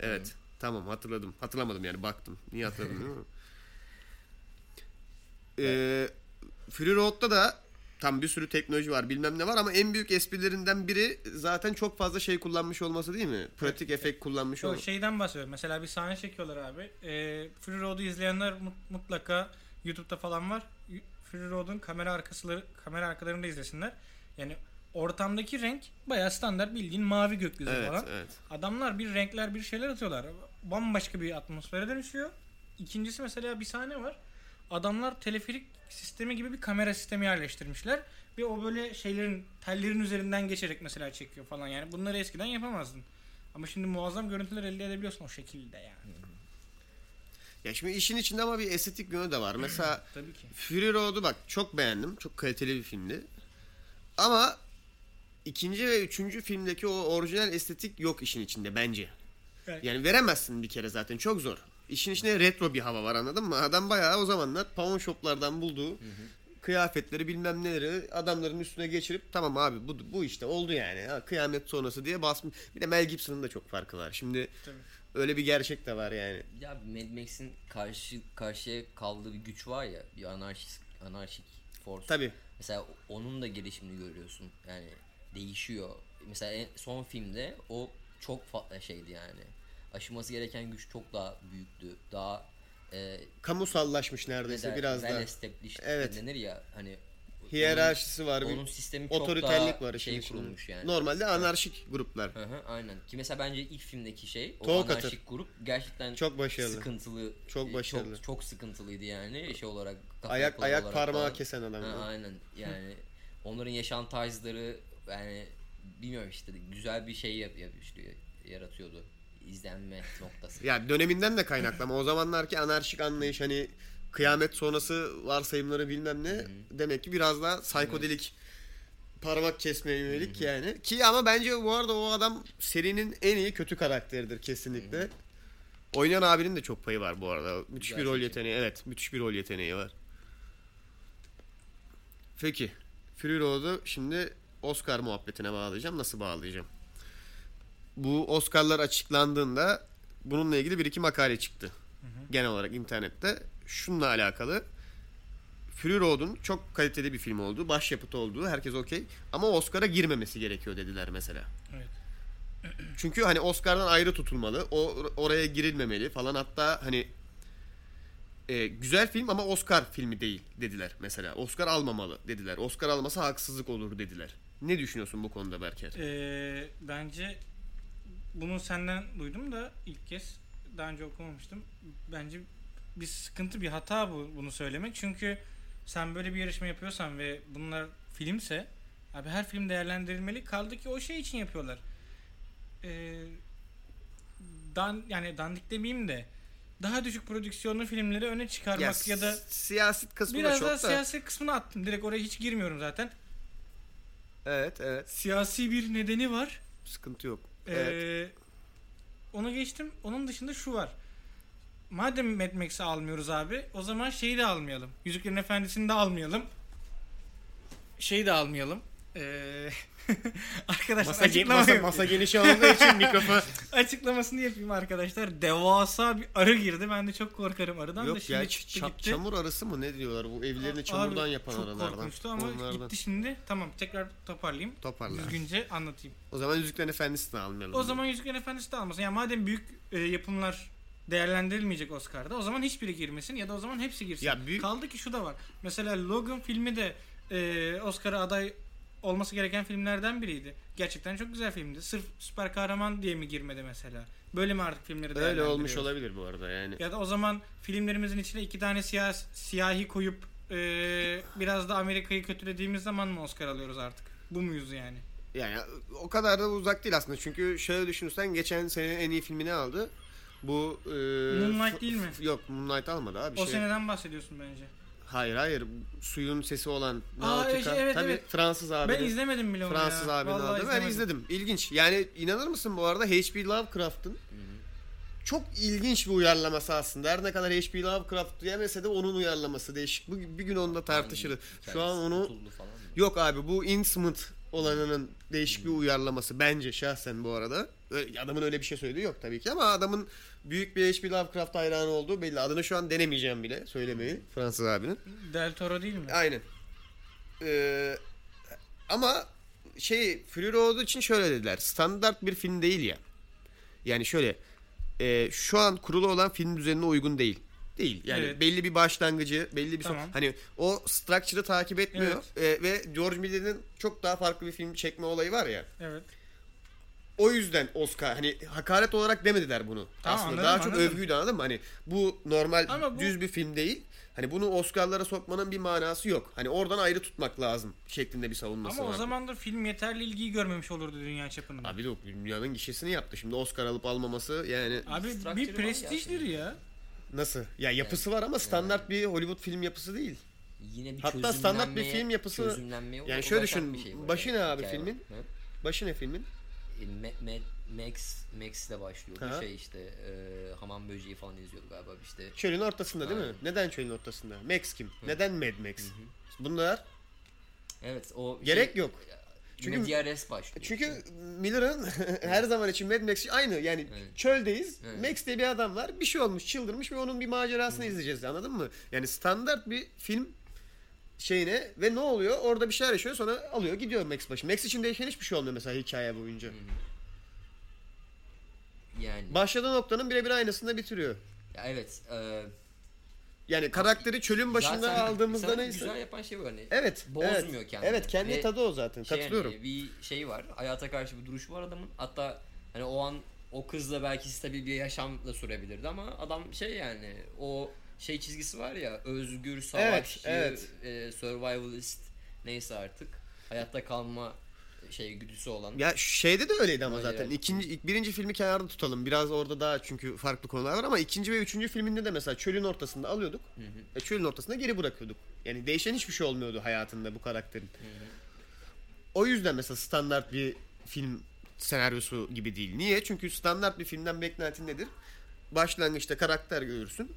Speaker 1: Evet. Tamam hatırladım. Hatırlamadım yani baktım. Niye hatırladım
Speaker 3: <laughs>
Speaker 1: değil mi? Ee, Fury Road'da da tam bir sürü teknoloji var bilmem ne var ama en büyük esprilerinden biri zaten çok fazla şey kullanmış olması değil mi? Pratik efekt kullanmış
Speaker 3: O şey
Speaker 1: olması.
Speaker 3: şeyden bahsediyorum. Mesela bir sahne çekiyorlar abi. Ee, Fury Road'u izleyenler mut- mutlaka YouTube'da falan var. Y- Fury Road'un kamera arkasıları kamera arkalarını da izlesinler. Yani ortamdaki renk bayağı standart bildiğin mavi gökyüzü
Speaker 1: Evet,
Speaker 3: falan.
Speaker 1: evet.
Speaker 3: Adamlar bir renkler bir şeyler atıyorlar. Bambaşka bir atmosfere dönüşüyor. İkincisi mesela bir sahne var. Adamlar teleferik sistemi gibi bir kamera sistemi yerleştirmişler ve o böyle şeylerin tellerin üzerinden geçerek mesela çekiyor falan yani. Bunları eskiden yapamazdın. Ama şimdi muazzam görüntüler elde edebiliyorsun o şekilde yani.
Speaker 1: Ya şimdi işin içinde ama bir estetik yönü de var. Mesela
Speaker 3: Tabii ki.
Speaker 1: Fury Road'u bak çok beğendim. Çok kaliteli bir filmdi. Ama ikinci ve üçüncü filmdeki o orijinal estetik yok işin içinde bence.
Speaker 3: Evet.
Speaker 1: Yani veremezsin bir kere zaten çok zor. İşin içinde retro bir hava var anladın mı? Adam bayağı o zamanlar pawn shoplardan bulduğu kıyafetleri bilmem neleri adamların üstüne geçirip tamam abi bu, bu işte oldu yani. Ha, kıyamet sonrası diye basmış. Bir de Mel Gibson'ın da çok farkı var. Şimdi
Speaker 3: Tabii.
Speaker 1: öyle bir gerçek de var yani.
Speaker 2: ya Mad Max'in karşı karşıya kaldığı bir güç var ya bir anarşist anarşik force.
Speaker 1: Tabii.
Speaker 2: Mesela onun da gelişimini görüyorsun. Yani değişiyor. Mesela en- son filmde o çok farklı şeydi yani. Aşılması gereken güç çok daha büyüktü. Daha e,
Speaker 1: Kamusallaşmış neredeyse
Speaker 2: ne der-
Speaker 1: biraz
Speaker 2: well
Speaker 1: da.
Speaker 2: established
Speaker 1: Evet.
Speaker 2: denir ya hani
Speaker 1: Hiyerarşisi var.
Speaker 2: onun,
Speaker 1: bir
Speaker 2: onun sistemi çok
Speaker 1: otoriterlik
Speaker 2: daha
Speaker 1: var işin
Speaker 2: şey
Speaker 1: içinde.
Speaker 2: kurulmuş yani.
Speaker 1: Normalde anarşik gruplar.
Speaker 2: Hı hı, aynen. Ki mesela bence ilk filmdeki şey o
Speaker 1: Tavuk
Speaker 2: anarşik
Speaker 1: atır.
Speaker 2: grup gerçekten
Speaker 1: Çok başarılı.
Speaker 2: Sıkıntılı.
Speaker 1: Çok
Speaker 2: e,
Speaker 1: başarılı.
Speaker 2: Çok, çok sıkıntılıydı yani şey olarak. kafa
Speaker 1: Ayak
Speaker 2: yapıları
Speaker 1: ayak
Speaker 2: olarak
Speaker 1: parmağı
Speaker 2: falan.
Speaker 1: kesen adam.
Speaker 2: Ha,
Speaker 1: <laughs>
Speaker 2: aynen yani onların yaşam tarzları yani bilmiyorum işte güzel bir şey yap, yapmıştı, yaratıyordu
Speaker 1: <laughs>
Speaker 2: izlenme noktası.
Speaker 1: Ya döneminden de kaynaklı ama o zamanlarki anarşik anlayış hani kıyamet sonrası varsayımları bilmem ne demek ki biraz daha saykodelik parmak kesmeye yönelik yani. Ki ama bence bu arada o adam serinin en iyi kötü karakteridir kesinlikle. Oynayan abinin de çok payı var bu arada. Müthiş
Speaker 2: Güzel
Speaker 1: bir rol
Speaker 2: seçim.
Speaker 1: yeteneği. Evet, müthiş bir rol yeteneği var. Peki. Fury Road'u şimdi Oscar muhabbetine bağlayacağım. Nasıl bağlayacağım? Bu Oscar'lar açıklandığında bununla ilgili bir iki makale çıktı. Genel olarak internette. Şununla alakalı. Fury Road'un çok kaliteli bir film olduğu, başyapıt olduğu herkes okey. Ama Oscar'a girmemesi gerekiyor dediler mesela.
Speaker 3: Evet.
Speaker 1: Çünkü hani Oscar'dan ayrı tutulmalı. O oraya girilmemeli falan. Hatta hani e, güzel film ama Oscar filmi değil dediler mesela. Oscar almamalı dediler. Oscar almasa haksızlık olur dediler. Ne düşünüyorsun bu konuda Berker?
Speaker 3: Ee, bence bunu senden duydum da ilk kez daha önce okumamıştım. Bence bir sıkıntı bir hata bu bunu söylemek. Çünkü sen böyle bir yarışma yapıyorsan ve bunlar filmse abi her film değerlendirilmeli. Kaldı ki o şey için yapıyorlar. Ee, dan yani dandik demeyeyim de daha düşük prodüksiyonlu filmleri öne çıkarmak
Speaker 1: Ya,
Speaker 3: ya da
Speaker 1: s- siyaset kısmı da
Speaker 3: biraz
Speaker 1: çok
Speaker 3: daha
Speaker 1: da.
Speaker 3: siyaset kısmına attım. Direkt oraya hiç girmiyorum zaten.
Speaker 1: Evet evet.
Speaker 3: Siyasi bir nedeni var.
Speaker 1: Sıkıntı yok.
Speaker 3: Ee,
Speaker 1: Evet.
Speaker 3: onu geçtim. Onun dışında şu var. Madem Mad Max'i almıyoruz abi o zaman şeyi de almayalım. Yüzüklerin Efendisi'ni de almayalım. Şeyi de almayalım. Ee, <laughs> arkadaşlar
Speaker 4: Masa, ge-
Speaker 3: açıklama
Speaker 4: masa,
Speaker 3: yapayım.
Speaker 4: masa geniş alındığı için mikrofon.
Speaker 3: Açıklamasını yapayım arkadaşlar. Devasa bir arı girdi. Ben de çok korkarım arıdan da
Speaker 1: Yok
Speaker 3: şimdi
Speaker 1: ya
Speaker 3: çıktı
Speaker 1: ça-
Speaker 3: gitti.
Speaker 1: çamur arısı mı ne diyorlar bu evlerini
Speaker 3: Abi,
Speaker 1: çamurdan yapan
Speaker 3: çok
Speaker 1: aralardan.
Speaker 3: korkmuştu ama
Speaker 1: Onlardan.
Speaker 3: gitti şimdi. Tamam tekrar toparlayayım.
Speaker 1: Toparlar.
Speaker 3: Düzgünce anlatayım.
Speaker 1: O zaman Yüzüklerin Efendisi'ni almayalım.
Speaker 3: O zaman Yüzüklerin Efendisi de almasın. Yani madem büyük e, yapımlar değerlendirilmeyecek Oscar'da o zaman hiçbiri girmesin ya da o zaman hepsi girsin.
Speaker 1: Ya büyük-
Speaker 3: Kaldı ki şu da var. Mesela Logan filmi de e, Oscar'a aday olması gereken filmlerden biriydi. Gerçekten çok güzel filmdi. Sırf süper kahraman diye mi girmedi mesela? Böyle mi artık filmleri
Speaker 1: Öyle olmuş
Speaker 3: değerlendiriyoruz?
Speaker 1: olabilir bu arada yani.
Speaker 3: Ya da o zaman filmlerimizin içine iki tane siyah, siyahi koyup e, biraz da Amerika'yı kötülediğimiz zaman mı Oscar alıyoruz artık? Bu muyuz yani?
Speaker 1: Yani o kadar da uzak değil aslında. Çünkü şöyle düşünürsen geçen sene en iyi filmini aldı. Bu e,
Speaker 3: Moonlight
Speaker 1: f-
Speaker 3: değil mi?
Speaker 1: f- Yok Moonlight almadı abi.
Speaker 3: O
Speaker 1: şey.
Speaker 3: seneden bahsediyorsun bence.
Speaker 1: Hayır hayır. Suyun sesi olan
Speaker 3: Aa, şey,
Speaker 1: Nautica.
Speaker 3: evet, evet,
Speaker 1: Tabii
Speaker 3: evet.
Speaker 1: Fransız abi.
Speaker 3: Ben izlemedim bile onu
Speaker 1: Fransız
Speaker 3: ya.
Speaker 1: abinin
Speaker 3: Vallahi
Speaker 1: aldı. Ben
Speaker 3: izlemedim.
Speaker 1: izledim. İlginç. Yani inanır mısın bu arada H.P. Lovecraft'ın çok ilginç bir uyarlaması aslında. Her ne kadar H.P. Lovecraft diyemese de onun uyarlaması değişik. Bu- Bir gün onunla tartışırız. Şu an onu
Speaker 2: Tutuldu Hani falan mı?
Speaker 1: Yok abi bu Insmut olanının değişik bir uyarlaması bence şahsen bu arada. Öyle- Adamın öyle bir şey söylediği yok tabii ki ama adamın büyük bir H.P. Lovecraft hayranı olduğu belli. Adını şu an denemeyeceğim bile söylemeyi Fransız abinin.
Speaker 3: Del Toro değil mi?
Speaker 1: Aynen. Ee, ama şey Fury Road için şöyle dediler. Standart bir film değil ya. Yani şöyle e, şu an kurulu olan film düzenine uygun değil. Değil. Yani
Speaker 3: Evet.
Speaker 1: belli bir başlangıcı, belli bir son.
Speaker 3: Tamam.
Speaker 1: Hani o structure'ı takip etmiyor. E, ve George Miller'in çok daha farklı bir film çekme olayı var ya.
Speaker 3: Evet.
Speaker 1: O yüzden Oscar hani hakaret olarak demediler bunu.
Speaker 3: Tamam,
Speaker 1: Aslında
Speaker 3: anladım,
Speaker 1: daha çok
Speaker 3: anladım.
Speaker 1: övgüydü anladın mı? Hani bu normal
Speaker 3: Ama bu-
Speaker 1: düz bir film değil. Hani bunu Oscar'lara sokmanın bir manası yok. Hani oradan ayrı tutmak lazım şeklinde bir savunması
Speaker 3: Ama o
Speaker 1: vardı.
Speaker 3: zaman da film yeterli ilgiyi görmemiş olurdu dünya çapında. Abi,
Speaker 1: Abi yok dünyanın gişesini yaptı. Şimdi Oscar alıp almaması yani
Speaker 2: Structure'ı
Speaker 3: bir
Speaker 2: var
Speaker 3: prestijdir ya.
Speaker 1: nasıl? Ya yapısı var ama standart bir Hollywood film yapısı değil.
Speaker 2: Yine bir
Speaker 1: Hatta standart bir
Speaker 2: çözümlenmeye-
Speaker 1: film yapısı-
Speaker 2: çözümlenmeye
Speaker 1: Yani şöyle
Speaker 2: ulaşan
Speaker 1: düşün,
Speaker 2: bir şey bu
Speaker 1: başı ne
Speaker 2: arada,
Speaker 1: abi
Speaker 2: hikaye
Speaker 1: filmin?
Speaker 2: olarak. Hı?
Speaker 1: Başı ne filmin?
Speaker 2: E, Ma- Ma- Max Max ile başlıyor.
Speaker 1: Ha.
Speaker 2: Bu şey işte e, hamam böceği falan izliyordu galiba işte.
Speaker 1: Çölün ortasında değil mi?
Speaker 2: Aynen.
Speaker 1: Neden çölün ortasında? Max kim? Neden Mad Max? Bunlar
Speaker 2: Evet o
Speaker 1: gerek
Speaker 2: şey,
Speaker 1: yok.
Speaker 2: Çünkü
Speaker 1: Çünkü-
Speaker 2: DRS başlıyor.
Speaker 1: Çünkü Miller'ın <laughs> her zaman için Mad Max aynı yani
Speaker 2: Evet.
Speaker 1: çöldeyiz.
Speaker 2: Evet.
Speaker 1: Max diye bir adam var. Bir şey olmuş, çıldırmış ve onun bir macerasını izleyeceğiz. Anladın mı? Yani standart bir film şeyine ve ne oluyor? Orada bir şeyler yaşıyor sonra alıyor gidiyor Max başı. Max için değişen hiçbir şey olmuyor mesela hikaye boyunca.
Speaker 2: yani
Speaker 1: Başladığı noktanın birebir aynısında bitiriyor.
Speaker 2: ya evet e,
Speaker 1: Yani karakteri çölün başında
Speaker 2: zaten
Speaker 1: aldığımızda
Speaker 2: insanı
Speaker 1: neyse.
Speaker 2: Güzel yapan şey bu hani.
Speaker 1: Evet.
Speaker 2: Bozmuyor
Speaker 1: evet.
Speaker 2: kendini.
Speaker 1: Evet kendi
Speaker 2: Ve
Speaker 1: tadı o zaten.
Speaker 2: Şey
Speaker 1: Katılıyorum.
Speaker 2: hani bir şey var. Hayata karşı bir duruşu var adamın. Hatta hani o an o kızla belki stabil bir yaşam da sürebilirdi ama adam şey yani o şey çizgisi var ya özgür, savaşçı,
Speaker 1: evet.
Speaker 2: e, survivalist neyse artık hayatta kalma şey güdüsü olan.
Speaker 1: Ya şeyde de öyleydi ama
Speaker 2: Öyle
Speaker 1: zaten.
Speaker 2: yani.
Speaker 1: İkinci, ilk- birinci filmi kenarda tutalım. Biraz orada daha çünkü farklı konular var ama ikinci ve üçüncü filminde de mesela çölün ortasında alıyorduk. E, çölün ortasında geri bırakıyorduk. Yani değişen hiçbir şey olmuyordu hayatında bu karakterin. O yüzden mesela standart bir film senaryosu gibi değil. Niye? Çünkü standart bir filmden beklentin nedir? Başlangıçta karakter görürsün.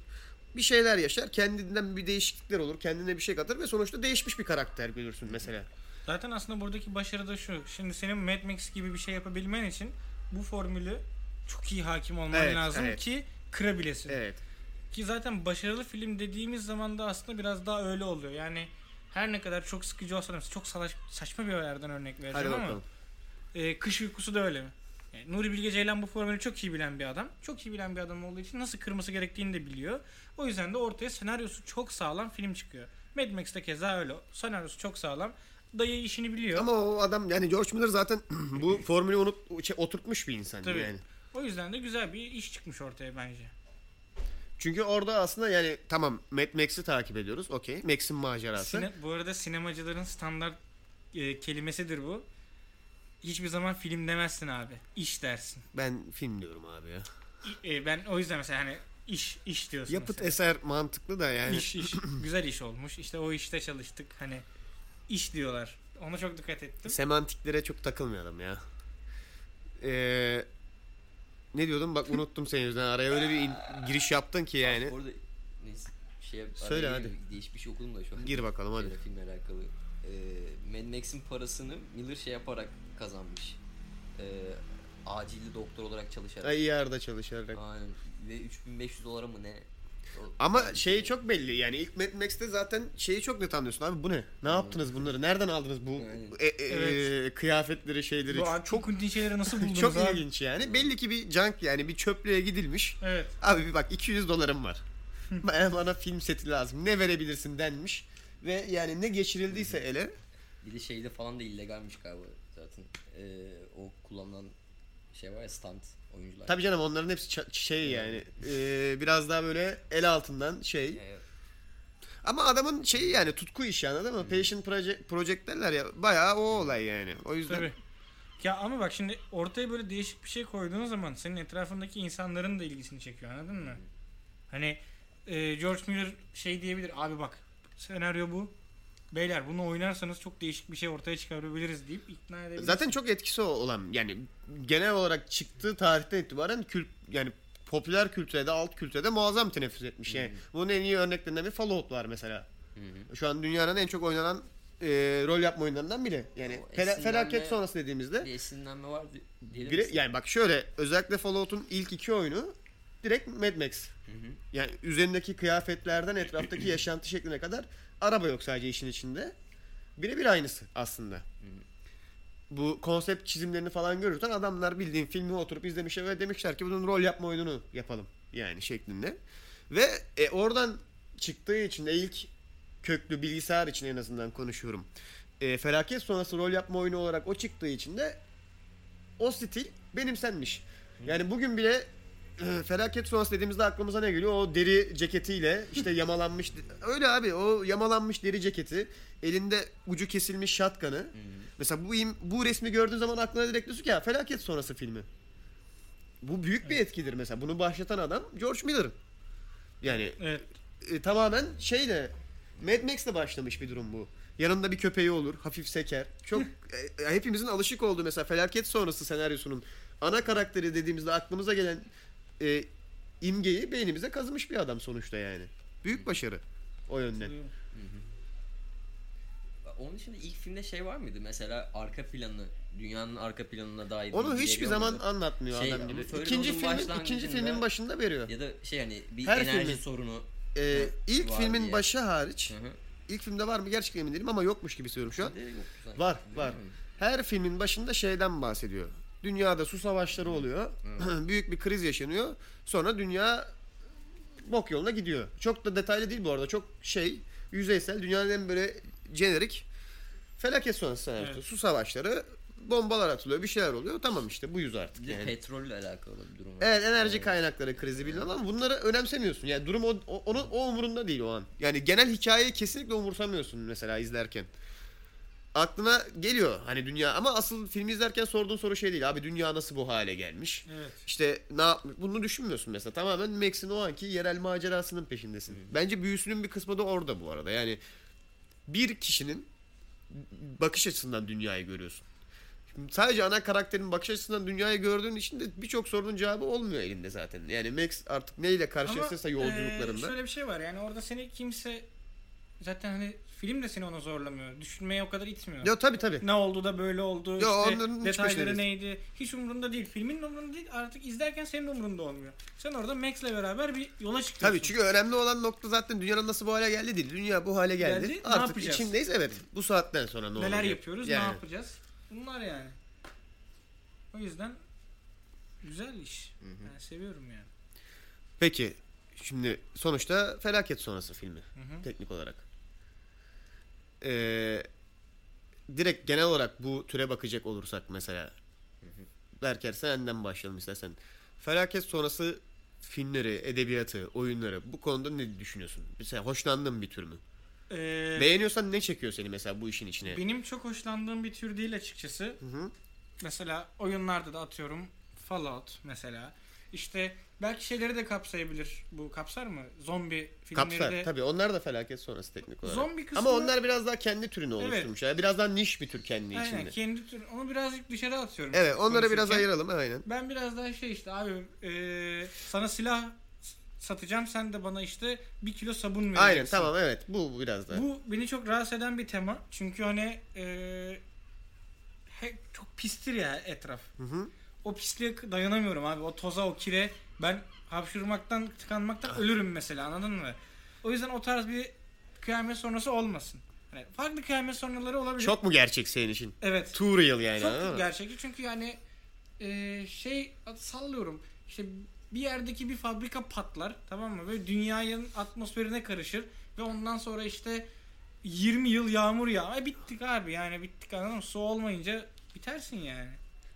Speaker 1: Bir şeyler yaşar. Kendinden bir değişiklikler olur. Kendine bir şey katar ve sonuçta değişmiş bir karakter görürsün mesela.
Speaker 3: Zaten aslında buradaki başarı da şu. Şimdi senin Mad Max gibi bir şey yapabilmen için bu formülü çok iyi hakim olman
Speaker 1: Evet,
Speaker 3: lazım
Speaker 1: evet.
Speaker 3: ki kırabilesin.
Speaker 1: Evet.
Speaker 3: Ki zaten başarılı film dediğimiz zaman da aslında biraz daha öyle oluyor. Yani her ne kadar çok sıkıcı olsa da mesela çok salaş- saçma bir yerden örnek
Speaker 1: Hadi
Speaker 3: vereceğim ama
Speaker 1: bakalım.
Speaker 3: e, kış uykusu da öyle mi? Yani Nuri Bilge Ceylan bu formülü çok iyi bilen bir adam. Çok iyi bilen bir adam olduğu için nasıl kırması gerektiğini de biliyor. O yüzden de ortaya senaryosu çok sağlam film çıkıyor. Mad Max'te keza öyle. Senaryosu çok sağlam. Dayı işini biliyor.
Speaker 1: Ama o adam yani George Miller zaten <clears throat> bu formülü unut şey, oturtmuş bir insan
Speaker 3: Tabii.
Speaker 1: yani.
Speaker 3: O yüzden de güzel bir iş çıkmış ortaya bence.
Speaker 1: Çünkü orada aslında yani tamam Mad Max'i takip ediyoruz. Okey. Max'in macerası.
Speaker 3: Sine- bu arada sinemacıların standart e, kelimesidir bu. Hiçbir zaman film demezsin abi. İş dersin.
Speaker 1: ben film diyorum abi ya.
Speaker 3: e, ben o yüzden mesela hani iş iş diyorsun.
Speaker 1: Yapıt
Speaker 3: mesela.
Speaker 1: eser mantıklı da yani. <clears throat>
Speaker 3: İş iş. Güzel iş olmuş. İşte o işte çalıştık. Hani iş diyorlar. Ona çok dikkat ettim.
Speaker 1: Semantiklere çok takılmayalım ya. Ee, ne diyordum bak unuttum senin yüzünden. Araya öyle bir in- giriş yaptın ki yani.
Speaker 2: Orada neyse bir şey
Speaker 1: E, Söyle
Speaker 2: araya
Speaker 1: hadi.
Speaker 2: gireyim. Değişik bir şey okudum da şu an.
Speaker 1: Gir bakalım hadi.
Speaker 2: Şeyle, filmle alakalı. Ee, Mad Max'in parasını Miller şey yaparak kazanmış. Ee, acilli doktor olarak çalışarak.
Speaker 1: Ay yerde çalışarak.
Speaker 2: Aynen. Ve 3500 dolara mı ne? O-
Speaker 1: Ama
Speaker 2: Yani
Speaker 1: şey çok belli yani ilk Mad Max'te zaten şeyi çok net anlıyorsun abi bu ne?
Speaker 3: Hmm.
Speaker 1: Ne yaptınız bunları? Nereden aldınız bu
Speaker 2: Aynen.
Speaker 1: e- e-
Speaker 3: Evet.
Speaker 1: e, kıyafetleri şeyleri?
Speaker 3: Bu çok kuntin
Speaker 1: <laughs>
Speaker 3: şeyleri nasıl buldunuz
Speaker 1: çok
Speaker 3: abi?
Speaker 1: ilginç yani. Belli ki bir junk yani bir çöplüğe gidilmiş.
Speaker 3: Evet.
Speaker 1: Abi bir bak 200 dolarım var. bana, bana film seti lazım. Ne verebilirsin denmiş. Ve yani ne geçirildiyse ele
Speaker 2: Bir de şeyde falan da illegalmiş galiba zaten. Ee, o kullanılan şey var ya stunt oyuncular.
Speaker 1: Tabii canım onların hepsi ça- şey yani eee, biraz daha böyle el altından şey.
Speaker 2: Ee,
Speaker 1: Ama adamın şeyi yani tutku işi anladın mı? Passion Project, Project derler ya bayağı o olay yani. O yüzden
Speaker 3: Tabii. Ya ama bak şimdi ortaya böyle değişik bir şey koyduğun zaman senin etrafındaki insanların da ilgisini çekiyor anladın mı? Hani e, George Miller şey diyebilir abi bak senaryo bu. Beyler bunu oynarsanız çok değişik bir şey ortaya çıkarabiliriz deyip ikna edebilir.
Speaker 1: zaten çok etkisi o- olan yani genel olarak çıktığı tarihten itibaren kült yani popüler kültüre de alt kültüre de muazzam teneffüs etmiş yani. Bunun en iyi örneklerinden bir Fallout var mesela. Şu an dünyanın en çok oynanan eee, rol yapma oyunlarından biri. Yani
Speaker 2: O
Speaker 1: fela-
Speaker 2: esinlenme-
Speaker 1: felaket sonrası dediğimizde
Speaker 2: bir esinlenme var diyelim.
Speaker 1: Bire- yani bak şöyle özellikle Fallout'un ilk iki oyunu direkt Mad Max. Yani üzerindeki kıyafetlerden etraftaki yaşantı şekline kadar araba yok sadece işin içinde. Birebir aynısı aslında. Bu konsept çizimlerini falan görürsen adamlar bildiğin filmi oturup izlemişler ve demişler ki bunun rol yapma oyununu yapalım yani şeklinde. Ve e, oradan çıktığı için de ilk köklü bilgisayar için en azından konuşuyorum. E, felaket sonrası rol yapma oyunu olarak o çıktığı için de o stil benimsenmiş. Yani bugün bile e, felaket sonrası dediğimizde aklımıza ne geliyor? O deri ceketiyle işte yamalanmış öyle abi o yamalanmış deri ceketi elinde ucu kesilmiş şatkanı. Mesela bu im- bu resmi gördüğün zaman aklına direkt diyorsun ki ya felaket sonrası filmi. Bu büyük bir etkidir mesela. Bunu başlatan adam George Miller. Yani
Speaker 3: Evet.
Speaker 1: e, tamamen şeyle Mad Max'le başlamış bir durum bu. Yanında bir köpeği olur, hafif seker. Çok e,
Speaker 2: <laughs>
Speaker 1: e, hepimizin alışık olduğu mesela felaket sonrası senaryosunun ana karakteri dediğimizde aklımıza gelen e, imgeyi beynimize kazımış bir adam sonuçta yani. Büyük başarı o yönden.
Speaker 2: Onun dışında ilk filmde şey var mıydı? Mesela arka planı, dünyanın arka planına dair
Speaker 1: Onu
Speaker 2: bilgileri
Speaker 1: hiçbir zaman
Speaker 2: olmadı.
Speaker 1: anlatmıyor
Speaker 2: Şey,
Speaker 1: adam gibi.
Speaker 2: Furious'un
Speaker 1: İkinci filmin, ikinci
Speaker 2: başlangıcında-
Speaker 1: filmin başında veriyor.
Speaker 2: ya da şey hani bir
Speaker 1: Her
Speaker 2: enerji
Speaker 1: filmin-
Speaker 2: sorunu.
Speaker 1: E, ilk
Speaker 2: Var
Speaker 1: filmin
Speaker 2: diye.
Speaker 1: başı hariç,
Speaker 2: Hı hı.
Speaker 1: ilk filmde var mı gerçekten emin değilim ama yokmuş gibi söylüyorum şu an.
Speaker 2: Bir de yok zaten.
Speaker 1: Var
Speaker 2: Değil
Speaker 1: var.
Speaker 2: mi?
Speaker 1: Her filmin başında şeyden bahsediyor. Dünyada su savaşları oluyor. <clears throat> Büyük bir kriz yaşanıyor. Sonra dünya bok yoluna gidiyor. Çok da detaylı değil bu arada. Çok şey yüzeysel. Dünyanın en böyle jenerik felaket sonrası senaryosu.
Speaker 3: Evet.
Speaker 1: Su savaşları bombalar atılıyor. Bir şeyler oluyor. Tamam işte buyuz artık
Speaker 2: Bir de
Speaker 1: yani.
Speaker 2: petrolle alakalı bir durum var.
Speaker 1: Evet enerji kaynakları krizi bilmem ama bunları önemsemiyorsun. Yani durum o, o, onun, o umurunda değil o an. Yani genel hikayeyi kesinlikle umursamıyorsun mesela izlerken. Aklına geliyor hani dünya ama asıl filmi izlerken sorduğun soru şey değil. Abi dünya nasıl bu hale gelmiş?
Speaker 3: Evet.
Speaker 1: İşte ne yapmış? Bunu düşünmüyorsun mesela. Tamamen Max'in o anki yerel macerasının peşindesin. Bence büyüsünün bir kısmı da orada bu arada. Yani bir kişinin bakış açısından dünyayı görüyorsun. Şimdi sadece ana karakterin bakış açısından dünyayı gördüğün için de birçok sorunun cevabı olmuyor elinde zaten. Yani Max artık neyle karşılaşırsa
Speaker 3: Ama,
Speaker 1: şey yolculuklarında.
Speaker 3: e, şöyle bir şey var yani orada seni kimse zaten hani film de seni ona zorlamıyor. Düşünmeye o kadar itmiyor.
Speaker 1: Yo tabii tabii.
Speaker 3: Ne oldu da böyle oldu. işte
Speaker 1: onların hiçbir şey
Speaker 3: detayları
Speaker 1: değil.
Speaker 3: neydi? Hiç umurunda değil. Filmin umurunda değil. Artık izlerken senin umurunda olmuyor. Sen orada Max'le beraber bir yola çıkıyorsun.
Speaker 1: Tabii çünkü önemli olan nokta zaten dünyanın nasıl bu hale geldi değil. Dünya bu hale geldi.
Speaker 3: Geldi, ne
Speaker 1: artık
Speaker 3: yapacağız?
Speaker 1: içindeyiz evet. Bu saatten sonra ne
Speaker 3: neler
Speaker 1: olacak?
Speaker 3: yapıyoruz, ne
Speaker 1: Yani.
Speaker 3: yapacağız? Bunlar yani. O yüzden güzel iş. Ben seviyorum yani.
Speaker 1: Peki şimdi sonuçta felaket sonrası filmi
Speaker 3: hı.
Speaker 1: teknik olarak. Ee, direkt genel olarak bu türe bakacak olursak mesela. Berker senden başlayalım istersen. Felaket sonrası filmleri, edebiyatı, oyunları bu konuda ne düşünüyorsun? Mesela hoşlandığın bir tür mü?
Speaker 3: Ee,
Speaker 1: Beğeniyorsan ne çekiyor seni mesela bu işin içine?
Speaker 3: benim çok hoşlandığım bir tür değil açıkçası.
Speaker 1: hı.
Speaker 3: Mesela oyunlarda da atıyorum Fallout mesela. İşte belki şeyleri de kapsayabilir bu. Kapsar mı? Zombi filmleri de.
Speaker 1: Kapsar tabii onlar da felaket sonrası teknik olarak.
Speaker 3: Zombi kısmı-
Speaker 1: Ama onlar biraz daha kendi türünü oluşturmuş. Yani biraz daha niş bir tür kendi
Speaker 3: Aynen
Speaker 1: içinde.
Speaker 3: kendi tür. Onu birazcık dışarı atıyorum.
Speaker 1: Evet onlara biraz
Speaker 3: Konuşurken.
Speaker 1: ayıralım aynen.
Speaker 3: Ben biraz daha şey işte abi e, sana silah s- satacağım sen de bana işte bir kilo sabun vereceksin.
Speaker 1: Aynen tamam evet bu biraz daha.
Speaker 3: Bu beni çok rahatsız eden bir tema. Çünkü hani e, hep çok pistir ya etraf.
Speaker 1: hı.
Speaker 3: O pisliğe k- dayanamıyorum abi. O toza, o kire. Ben hapşırmaktan,
Speaker 1: Ah.
Speaker 3: tıkanmaktan ölürüm mesela anladın mı? O yüzden o tarz bir kıyamet sonrası olmasın. Hani farklı kıyamet sonraları olabilir.
Speaker 1: Çok mu gerçek senin için?
Speaker 3: evet.
Speaker 1: Too real yani. anladın mı?
Speaker 3: Çok gerçekçi çünkü yani e, şey sallıyorum işte bir yerdeki bir fabrika patlar tamam mı ve dünyanın atmosferine karışır ve ondan sonra işte 20 yıl yağmur yağ. E bittik abi yani bittik anladın mı? Su olmayınca bitersin yani.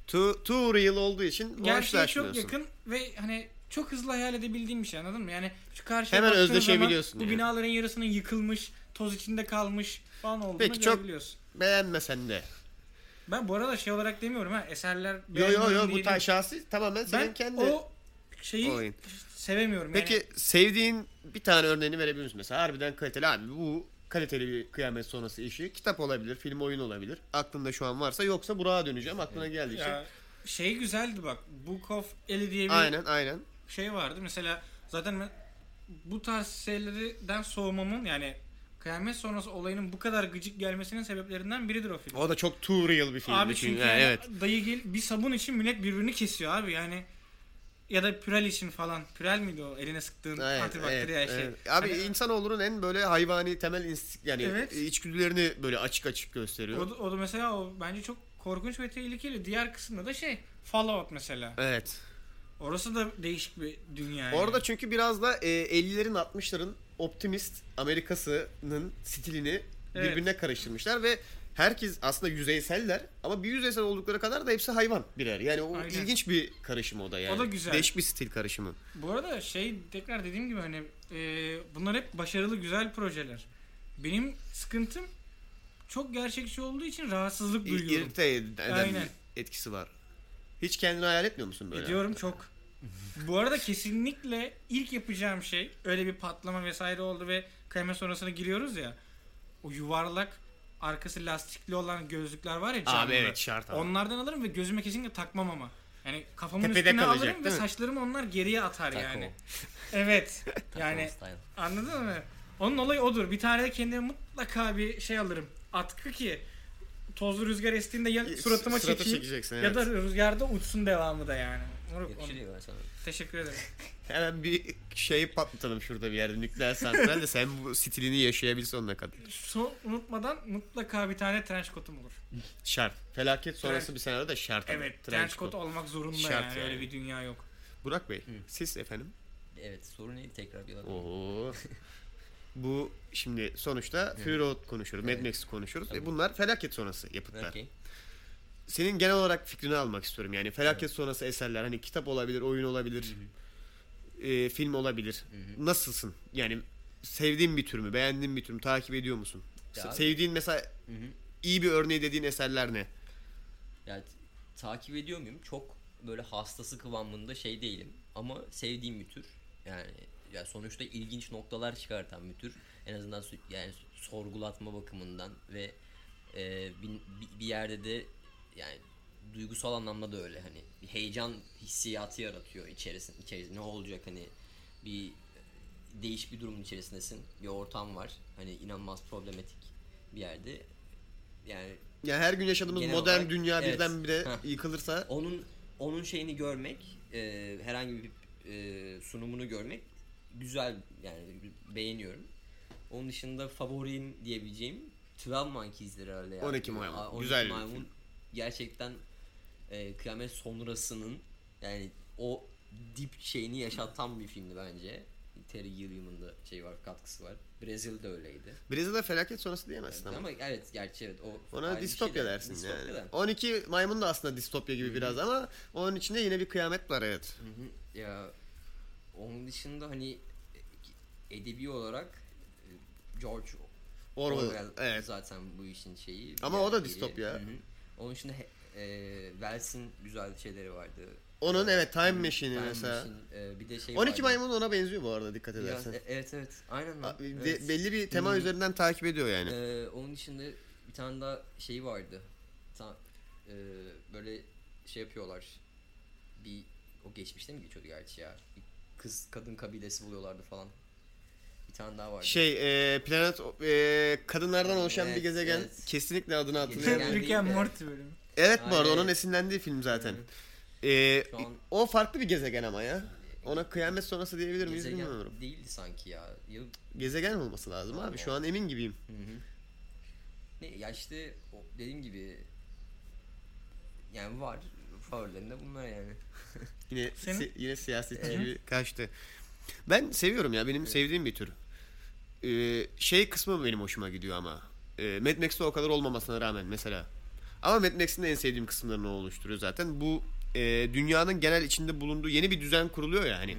Speaker 1: Too, too real olduğu için
Speaker 3: Gerçeğe çok
Speaker 1: uğraşlaşmıyorsun.
Speaker 3: yakın ve hani çok hızlı hayal edebildiğim bir şey anladın mı? Yani şu karşıya
Speaker 1: Hemen
Speaker 3: baktığın
Speaker 1: özdeşebiliyorsun
Speaker 3: zaman
Speaker 1: yani.
Speaker 3: Bu binaların yarısının yıkılmış, toz içinde kalmış falan olduğunu
Speaker 1: Peki, çok-
Speaker 3: görebiliyorsun.
Speaker 1: Beğenmesen de.
Speaker 3: Ben bu arada şey olarak demiyorum ha eserler
Speaker 1: Yo yo yo
Speaker 3: beğenmiyorum
Speaker 1: bu
Speaker 3: diye
Speaker 1: tarz şahsi tamamen senin
Speaker 3: ben
Speaker 1: kendi
Speaker 3: o şeyi
Speaker 1: olayın.
Speaker 3: sevemiyorum.
Speaker 1: Peki
Speaker 3: yani.
Speaker 1: sevdiğin bir tane örneğini verebilir misin? Mesela harbiden kaliteli abi bu kaliteli bir kıyamet sonrası işi. Kitap olabilir, film oyun olabilir. Aklında şu an varsa yoksa Burak'a döneceğim aklına geldiği için.
Speaker 3: ya, şey güzeldi bak. Book of Eli diye bir
Speaker 1: Aynen aynen.
Speaker 3: şey vardı. Mesela zaten ben bu tarz şeylerden soğumamın yani kıyamet sonrası olayının bu kadar gıcık gelmesinin sebeplerinden biridir o film.
Speaker 1: O da çok too real bir film.
Speaker 3: abi
Speaker 1: düşün.
Speaker 3: çünkü
Speaker 1: Ha,
Speaker 3: yani
Speaker 1: evet.
Speaker 3: dayı gel bir sabun için millet birbirini kesiyor abi yani ya da pürel için falan. Pürel miydi o eline sıktığın
Speaker 1: Aynen,
Speaker 3: antibakteriyel
Speaker 1: evet,
Speaker 3: şey.
Speaker 1: evet. Abi
Speaker 3: Hani-
Speaker 1: insanoğlunun en böyle hayvani temel instik yani
Speaker 3: Evet.
Speaker 1: içgüdülerini böyle açık açık gösteriyor.
Speaker 3: O, da- o da mesela o bence çok korkunç ve tehlikeli. Diğer kısımda da şey Fallout mesela.
Speaker 1: Evet.
Speaker 3: Orası da değişik bir dünya. yani.
Speaker 1: Orada çünkü biraz da e, 50'lerin 60'ların optimist Amerikası'nın stilini
Speaker 3: Evet.
Speaker 1: birbirine karıştırmışlar ve herkes aslında yüzeyseller ama bir yüzeysel oldukları kadar da hepsi hayvan birer. Yani o
Speaker 3: Aynen.
Speaker 1: ilginç bir karışım o da yani.
Speaker 3: O da güzel.
Speaker 1: Değişik bir stil karışımı.
Speaker 3: bu arada şey tekrar dediğim gibi hani e, bunlar hep başarılı güzel projeler. Benim sıkıntım çok gerçekçi olduğu için rahatsızlık
Speaker 1: İ-
Speaker 3: duyuyorum.
Speaker 1: İrite eden
Speaker 3: Aynen.
Speaker 1: bir etkisi var. Hiç kendini hayal etmiyor musun böyle? <laughs>
Speaker 3: Ediyorum çok. Bu arada kesinlikle ilk yapacağım şey öyle bir patlama vesaire oldu ve kayma sonrasına giriyoruz ya. O yuvarlak arkası lastikli olan gözlükler var ya
Speaker 1: Abi
Speaker 3: camlı.
Speaker 1: evet şart abi.
Speaker 3: Onlardan alırım ve gözüme kesinlikle takmam ama. Yani kafamın
Speaker 1: Tepede
Speaker 3: üstüne
Speaker 1: kalacak,
Speaker 3: alırım ve
Speaker 1: değil mi?
Speaker 3: saçlarımı onlar geriye atar
Speaker 2: Taco.
Speaker 3: yani. Evet.
Speaker 1: <laughs>
Speaker 3: yani
Speaker 2: Style.
Speaker 3: anladın mı? Onun olayı odur. Bir tane de kendime mutlaka bir şey alırım. Atkı ki tozlu rüzgar estiğinde ya
Speaker 1: E,
Speaker 3: suratıma
Speaker 1: surata
Speaker 3: çekeyim
Speaker 1: çekeceksin,
Speaker 3: ya
Speaker 1: evet.
Speaker 3: da rüzgarda uçsun devamı da yani. Moruk, onu-
Speaker 2: Yakışıyor sana.
Speaker 3: Teşekkür ederim.
Speaker 1: Hemen bir şeyi patlatalım şurada bir yerde nükleer santral de sen bu stilini yaşayabil sonuna kadar.
Speaker 3: Son unutmadan mutlaka bir tane trench coat'um olur.
Speaker 1: Şart. Felaket sonrası
Speaker 3: Trench-
Speaker 1: bir senaryo da şart. ama.
Speaker 3: Evet,
Speaker 1: Trench
Speaker 3: trench
Speaker 1: coat.
Speaker 3: coat olmak zorunda
Speaker 1: Şart
Speaker 3: yani.
Speaker 1: yani.
Speaker 3: Öyle bir dünya yok.
Speaker 1: <laughs> Burak Bey, siz efendim?
Speaker 2: Evet soru neydi tekrar bir alalım.
Speaker 3: <laughs>
Speaker 1: Oo. Bu şimdi sonuçta Fury Road konuşuyoruz, Mad
Speaker 2: Evet.
Speaker 1: Max'i konuşuyoruz.
Speaker 2: Tabii.
Speaker 1: E bunlar felaket sonrası yapıtlar.
Speaker 2: Okey.
Speaker 1: Senin genel olarak fikrini almak istiyorum. Yani felaket sonrası eserler hani kitap olabilir, oyun olabilir, e, film olabilir. Nasılsın? Yani sevdiğin bir tür mü, beğendiğin bir tür mü, takip ediyor musun?
Speaker 2: Ya
Speaker 1: Se-
Speaker 2: abi-
Speaker 1: Sevdiğin mesela
Speaker 2: Hı hı.
Speaker 1: iyi bir örneği dediğin eserler ne?
Speaker 2: Yani t- takip ediyor muyum? Çok böyle hastası kıvamında şey değilim. Ama sevdiğim bir tür. Yani ya sonuçta ilginç noktalar çıkartan bir tür. En azından su- yani sorgulatma bakımından ve e, bir, bir- bir yerde de yani duygusal anlamda da öyle hani bir heyecan hissiyatı yaratıyor içerisinde, içerisinde ne olacak hani bir değişik bir durumun içerisindesin bir ortam var hani inanılmaz problematik bir yerde yani
Speaker 1: Ya her gün yaşadığımız
Speaker 2: Genel
Speaker 1: modern
Speaker 2: olarak,
Speaker 1: dünya
Speaker 2: evet.
Speaker 1: birdenbire
Speaker 2: Heh.
Speaker 1: yıkılırsa
Speaker 2: onun onun şeyini görmek e, herhangi bir e, sunumunu görmek güzel yani beğeniyorum. Onun dışında favorim diyebileceğim 12 Monkeys'dir herhalde. yani.
Speaker 1: 12 Maymun.
Speaker 2: Aa, 12
Speaker 1: Güzel bir
Speaker 2: Maymun
Speaker 1: film.
Speaker 2: gerçekten e, kıyamet sonrasının yani o dip şeyini yaşatan bir filmdi bence. Terry Gilliam'ın da şey var katkısı var. Brezilya'da öyleydi.
Speaker 1: Brezilya'da felaket sonrası diyemezsin ama.
Speaker 2: ama. evet gerçi evet o
Speaker 1: Ona
Speaker 2: ayrı bir
Speaker 1: distopya
Speaker 2: şey de-
Speaker 1: dersin
Speaker 2: distopya
Speaker 1: yani.
Speaker 2: da.
Speaker 1: 12 maymun da aslında distopya gibi biraz ama onun içinde yine bir kıyamet var evet.
Speaker 2: Hı, Ya onun dışında hani edebi olarak e, George
Speaker 1: Orwell,
Speaker 2: Orwell
Speaker 1: evet.
Speaker 2: zaten bu işin şeyi.
Speaker 1: Ama o da
Speaker 2: yani biri.
Speaker 1: distopya.
Speaker 2: Hı hı. Onun dışında he- Eee Wells'in güzel şeyleri vardı.
Speaker 1: Onun evet Time Machine'i
Speaker 2: Time
Speaker 1: mesela.
Speaker 2: Machine, eee, bir de şey
Speaker 1: 12
Speaker 2: vardı.
Speaker 1: maymun ona benziyor bu arada dikkat
Speaker 2: Biraz-
Speaker 1: edersen.
Speaker 2: e- evet evet. Aynen lan.
Speaker 1: A- be-
Speaker 2: Evet.
Speaker 1: Belli bir tema
Speaker 2: Hmm.
Speaker 1: üzerinden takip ediyor yani.
Speaker 2: Ee, onun dışında bir tane daha şey vardı. Ta- ee, böyle şey yapıyorlar. Bir o geçmişte mi geçiyordu gerçi ya? Bir kız kadın kabilesi buluyorlardı falan. Bir tane daha vardı.
Speaker 1: Şey e, planet e, kadınlardan oluşan
Speaker 2: Evet,
Speaker 1: bir gezegen
Speaker 2: evet.
Speaker 1: kesinlikle adını hatırlıyorum.
Speaker 2: Gezegen.
Speaker 1: Evet,
Speaker 3: Rick and
Speaker 2: değil de-
Speaker 3: Morty bölümü.
Speaker 1: bu arada
Speaker 2: Aynen.
Speaker 1: onun esinlendiği film zaten. E,
Speaker 2: Şu an-
Speaker 1: O farklı bir gezegen ama ya. Ona kıyamet sonrası diyebilir miyiz
Speaker 2: Gezegen
Speaker 1: bilmiyorum.
Speaker 2: değildi sanki ya. Yıl
Speaker 1: Gezegen olması lazım abi. Şu an emin gibiyim.
Speaker 2: Hı hı. Ne ya işte o dediğim gibi yani var favorilerinde bunlar yani.
Speaker 1: Yine
Speaker 3: Senin?
Speaker 1: si- yine siyasetçi
Speaker 2: Evet.
Speaker 1: gibi kaçtı. Ben seviyorum ya. Benim sevdiğim bir tür. Ee, şey kısmı benim hoşuma gidiyor ama. Ee, Mad Max'te o kadar olmamasına rağmen mesela. Ama Mad Max'in de en sevdiğim kısımlarını o oluşturuyor zaten. Bu e, dünyanın genel içinde bulunduğu yeni bir düzen kuruluyor ya hani.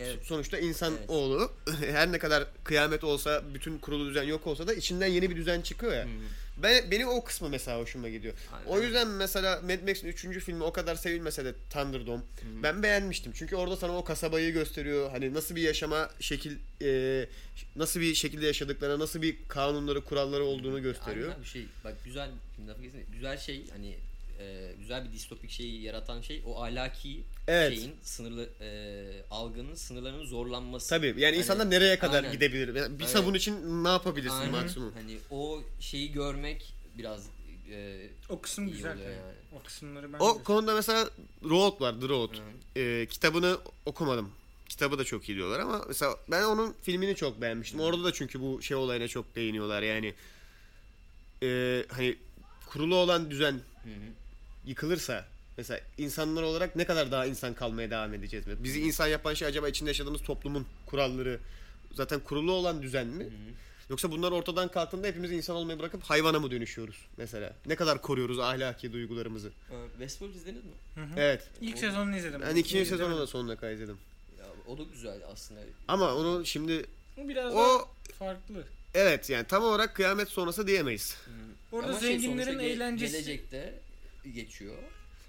Speaker 2: Evet.
Speaker 1: Sonuçta insan
Speaker 2: Evet.
Speaker 1: oğlu <laughs> her ne kadar kıyamet olsa, bütün kurulu düzen yok olsa da içinden yeni bir düzen çıkıyor ya.
Speaker 2: Hı hı.
Speaker 1: Ben benim o kısmı mesela hoşuma gidiyor.
Speaker 2: Aynen.
Speaker 1: O yüzden mesela Mad Max'in 3. filmi o kadar sevilmese de Thunderdome ben beğenmiştim. Çünkü orada sana o kasabayı gösteriyor. Hani nasıl bir yaşama şekil e, nasıl bir şekilde yaşadıklarına, nasıl bir kanunları, kuralları olduğunu gösteriyor.
Speaker 2: Aynen bir şey bak güzel şimdi lafı kesin. Güzel şey hani e, güzel bir distopik şeyi yaratan şey o ahlaki
Speaker 1: Evet.
Speaker 2: şeyin sınırlı e, algının sınırlarının zorlanması.
Speaker 1: Tabii yani
Speaker 2: Hani-
Speaker 1: insanlar nereye kadar
Speaker 2: Aynen.
Speaker 1: gidebilir? Bir
Speaker 2: Aynen.
Speaker 1: savun için ne yapabilirsin
Speaker 2: Aynen.
Speaker 1: maksimum?
Speaker 2: Hani o şeyi görmek biraz e,
Speaker 3: O kısım
Speaker 2: İyi
Speaker 3: güzel.
Speaker 2: oluyor
Speaker 3: tabii.
Speaker 2: yani.
Speaker 3: O kısımları ben
Speaker 1: O
Speaker 3: de-
Speaker 1: konuda mesela Road var, The Road.
Speaker 2: Hı.
Speaker 1: Ee, kitabını okumadım. Kitabı da çok iyi diyorlar ama mesela ben onun filmini çok beğenmiştim. Orada da çünkü bu şey olayına çok değiniyorlar yani. Ee, hani kurulu olan düzen
Speaker 2: hı hı.
Speaker 1: yıkılırsa mesela insanlar olarak ne kadar daha insan kalmaya devam edeceğiz mi? Bizi insan yapan şey acaba içinde yaşadığımız toplumun kuralları zaten kurulu olan düzen mi? Yoksa bunlar ortadan kalktığında hepimiz insan olmayı bırakıp hayvana mı dönüşüyoruz mesela? Ne kadar koruyoruz ahlaki duygularımızı?
Speaker 2: E, Westworld izlediniz mi?
Speaker 1: Evet.
Speaker 3: İlk sezonunu izledim.
Speaker 1: Ben ikinci sezonu da sonuna kaydırdım.
Speaker 2: Ya, o da güzel aslında.
Speaker 1: Ama onu şimdi
Speaker 3: O biraz
Speaker 1: o
Speaker 3: daha farklı.
Speaker 1: evet yani tam olarak kıyamet sonrası diyemeyiz.
Speaker 3: Orada
Speaker 2: Ama şey,
Speaker 3: zenginlerin
Speaker 2: sonuçta ge-
Speaker 3: eğlencesi.
Speaker 2: gelecekte geçiyor.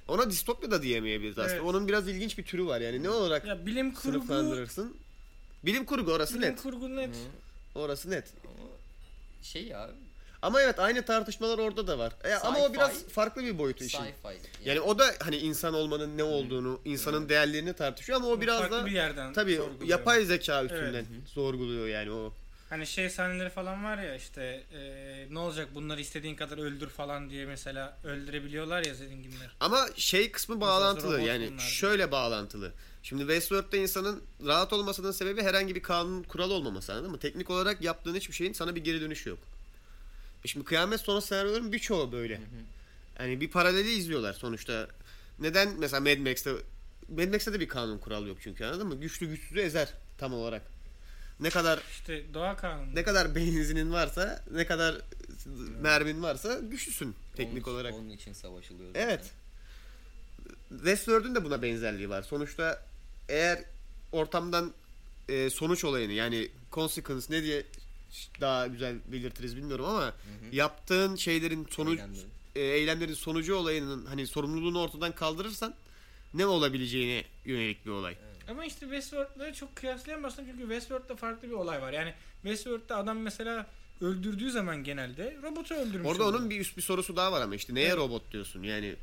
Speaker 1: Ona distopya da diyemeyebiliriz aslında.
Speaker 3: Evet.
Speaker 1: Onun biraz ilginç bir türü var yani ne olarak
Speaker 3: Ya bilim kurgu.
Speaker 1: sınıflandırırsın? Bilim kurgu orası
Speaker 3: Bilim
Speaker 1: net.
Speaker 3: kurgu net.
Speaker 2: Hı.
Speaker 1: Orası net.
Speaker 2: Ama şey ya
Speaker 1: Ama evet aynı tartışmalar orada da var. E, ama o
Speaker 2: Sci-fi.
Speaker 1: biraz farklı bir boyutu işin.
Speaker 2: sci-fi. Yani,
Speaker 1: Yani o da hani insan olmanın ne olduğunu, insanın değerlerini tartışıyor ama o biraz
Speaker 3: farklı
Speaker 1: da
Speaker 3: bir yerden
Speaker 1: tabii
Speaker 3: sorguluyor.
Speaker 1: yapay zeka üstünden sorguluyor yani o.
Speaker 3: Hani şey sahneleri falan var ya işte e, ne olacak bunları istediğin kadar öldür falan diye mesela öldürebiliyorlar ya zenginler.
Speaker 1: Ama şey kısmı bağlantılı
Speaker 3: robot
Speaker 1: yani
Speaker 3: bunlar.
Speaker 1: şöyle bağlantılı. Şimdi Westworld'da insanın rahat olmasının sebebi herhangi bir kanun kuralı olmaması anladın mı? Teknik olarak yaptığın hiçbir şeyin sana bir geri dönüşü yok. E Şimdi kıyamet sonrası senaryoların birçoğu böyle. Yani bir paraleli izliyorlar sonuçta. Neden mesela Mad Max'te Mad Max'te de bir kanun kuralı yok çünkü anladın mı? Güçlü güçsüzü ezer tam olarak. Ne kadar
Speaker 3: İşte doğa kanunu.
Speaker 1: ne kadar <laughs> benizinin varsa, ne kadar mermin varsa güçlüsün teknik
Speaker 2: onun,
Speaker 1: olarak.
Speaker 2: Onun için savaşılıyor. zaten.
Speaker 1: Evet. Westworld'ün de buna benzerliği var. Sonuçta eğer ortamdan e, sonuç olayını yani consequence ne diye daha güzel belirtiriz bilmiyorum ama yaptığın şeylerin sonuç
Speaker 2: Eylemlerin.
Speaker 1: e, eylemlerin sonucu olayının hani sorumluluğunu ortadan kaldırırsan ne olabileceğine yönelik bir olay.
Speaker 3: Ama işte Westworld'la çok kıyaslayamazsın çünkü Westworld'da farklı bir olay var. Yani Westworld'da adam mesela öldürdüğü zaman genelde robotu öldürmüş.
Speaker 1: Orada
Speaker 3: oluyor.
Speaker 1: onun bir üst bir sorusu daha var ama işte neye robot diyorsun? Yani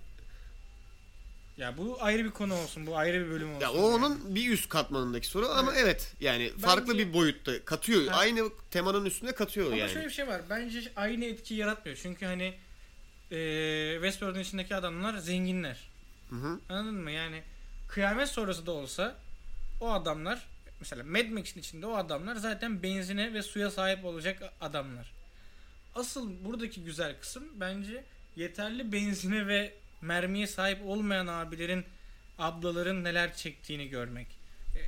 Speaker 3: Ya bu ayrı bir konu olsun bu ayrı bir bölüm olsun.
Speaker 1: ya o
Speaker 3: yani.
Speaker 1: onun bir üst katmanındaki soru ama evet yani farklı bir boyutta katıyor.
Speaker 3: Ha.
Speaker 1: Aynı temanın üstüne katıyor
Speaker 3: Ama
Speaker 1: yani.
Speaker 3: şöyle bir şey var. Bence aynı etki yaratmıyor. Çünkü hani e, Westworld'un içindeki adamlar zenginler.
Speaker 1: Hı hı.
Speaker 3: Anladın mı? Yani kıyamet sonrası da olsa o adamlar mesela Mad Max'in içinde o adamlar zaten benzine ve suya sahip olacak adamlar. Asıl buradaki güzel kısım bence yeterli benzine ve mermiye sahip olmayan abilerin ablaların neler çektiğini görmek.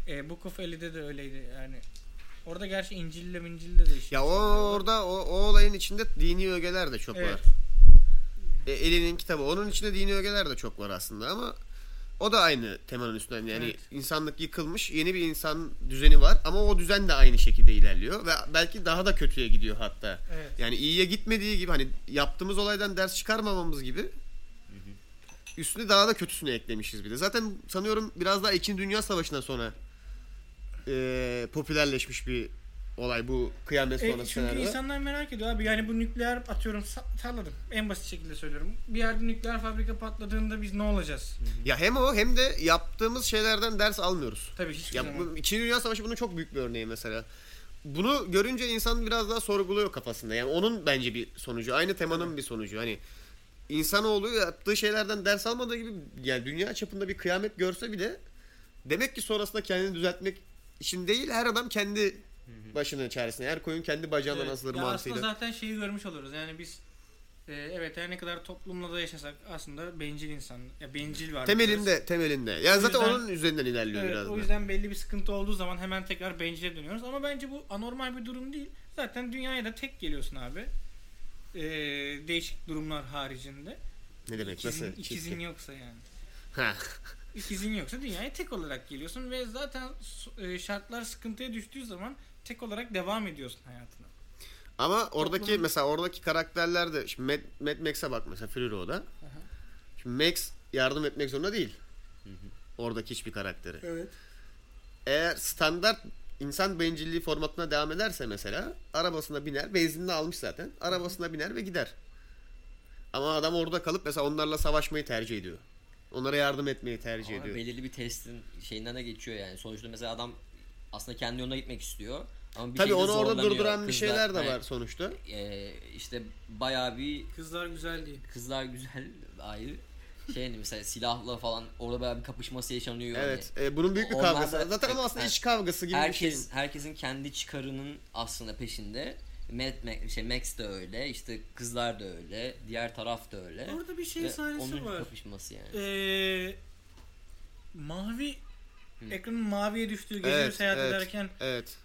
Speaker 3: E, e, Book of Ellie'de de öyleydi yani. Orada gerçi İncil'le Mincil'le de işte.
Speaker 1: Ya o orada o, o olayın içinde dini ögeler de çok var.
Speaker 3: Evet.
Speaker 1: E, elinin kitabı. Onun içinde dini ögeler de çok var aslında ama o da aynı temanın üstünden yani
Speaker 3: Evet.
Speaker 1: insanlık yıkılmış yeni bir insan düzeni var ama o düzen de aynı şekilde ilerliyor ve belki daha da kötüye gidiyor hatta.
Speaker 3: Evet.
Speaker 1: Yani iyiye gitmediği gibi hani yaptığımız olaydan ders çıkarmamamız gibi Üstüne daha da kötüsünü eklemişiz bir de. Zaten sanıyorum biraz daha İkinci Dünya Savaşı'ndan sonra eee, popülerleşmiş bir olay bu kıyamet
Speaker 3: E,
Speaker 1: sonrası
Speaker 3: çünkü
Speaker 1: senaryoda.
Speaker 3: insanlar merak ediyor abi yani bu nükleer atıyorum sa- salladım en basit şekilde söylüyorum. Bir yerde nükleer fabrika patladığında biz ne olacağız?
Speaker 1: Ya hem o hem de yaptığımız şeylerden ders almıyoruz.
Speaker 3: Tabii hiçbir
Speaker 1: Ya
Speaker 3: zaman.
Speaker 1: bu, İkinci Dünya Savaşı bunun çok büyük bir örneği mesela. Bunu görünce insan biraz daha sorguluyor kafasında. Yani onun bence bir sonucu. Aynı temanın bir sonucu. Hani insanoğlu yaptığı şeylerden ders almadığı gibi yani dünya çapında bir kıyamet görse bile demek ki sonrasında kendini düzeltmek için değil her adam kendi başının çaresine. Her koyun kendi bacağından
Speaker 3: Evet.
Speaker 1: asılır
Speaker 3: Ya
Speaker 1: mantığıyla.
Speaker 3: Aslında zaten şeyi görmüş oluruz. Yani biz e, evet her ne kadar toplumla da yaşasak aslında bencil insan. Ya bencil var.
Speaker 1: Temelinde, temelinde. Yani
Speaker 3: O
Speaker 1: zaten
Speaker 3: yüzden-
Speaker 1: onun üzerinden ilerliyor
Speaker 3: Evet,
Speaker 1: biraz da.
Speaker 3: o yüzden belli bir sıkıntı olduğu zaman hemen tekrar bencile dönüyoruz. Ama bence bu anormal bir durum değil. Zaten dünyaya da tek geliyorsun abi. E, değişik durumlar haricinde.
Speaker 1: Ne demek?
Speaker 3: İkizin,
Speaker 1: Nasıl?
Speaker 3: ikizin yoksa yani.
Speaker 1: Ha.
Speaker 3: İkizin yoksa dünyaya tek olarak geliyorsun ve zaten so- e, şartlar sıkıntıya düştüğü zaman tek olarak devam ediyorsun hayatına.
Speaker 1: Ama oradaki
Speaker 3: Toplumun-
Speaker 1: mesela oradaki karakterler de şimdi Mad, Mad Max'e bak mesela Fury'de. Şimdi Max yardım etmek zorunda değil. Oradaki hiçbir karakteri.
Speaker 3: Evet.
Speaker 1: Eğer standart insan bencilliği formatına devam ederse mesela arabasına biner, benzinini almış zaten. Arabasına biner ve gider. Ama adam orada kalıp mesela onlarla savaşmayı tercih ediyor. Onlara yardım etmeyi tercih
Speaker 2: Ama
Speaker 1: ediyor.
Speaker 2: belirli bir testin şeyinden de geçiyor yani. Sonuçta mesela adam aslında kendi yoluna gitmek istiyor. Ama bir
Speaker 1: Tabii
Speaker 2: şekilde
Speaker 1: onu orada
Speaker 2: zorlanıyor.
Speaker 1: durduran bir
Speaker 2: Kızlar-
Speaker 1: şeyler de
Speaker 2: hani,
Speaker 1: var sonuçta.
Speaker 2: e, işte bayağı bir
Speaker 3: Kızlar güzel değil.
Speaker 2: kızlar güzel <laughs> ayrı. Şey hani mesela silahla falan orada bayağı bir kapışması yaşanıyor. hani.
Speaker 1: Evet. e, bunun büyük bir
Speaker 2: Onlar
Speaker 1: kavgası.
Speaker 2: da-
Speaker 1: Zaten ama
Speaker 2: <laughs>
Speaker 1: aslında
Speaker 2: Evet.
Speaker 1: iş kavgası gibi bir şey.
Speaker 2: Herkes herkesin kendi çıkarının aslında peşinde. Matt, Mac- şey Max de öyle, işte kızlar da öyle, diğer taraf da öyle.
Speaker 3: Orada bir şey
Speaker 2: Ve
Speaker 3: sahnesi
Speaker 2: onun
Speaker 3: var.
Speaker 2: kapışması yani.
Speaker 3: Ee, mavi ekranın maviye düştüğü gece
Speaker 1: Evet,
Speaker 3: seyahat
Speaker 1: evet.
Speaker 3: ederken
Speaker 1: Evet.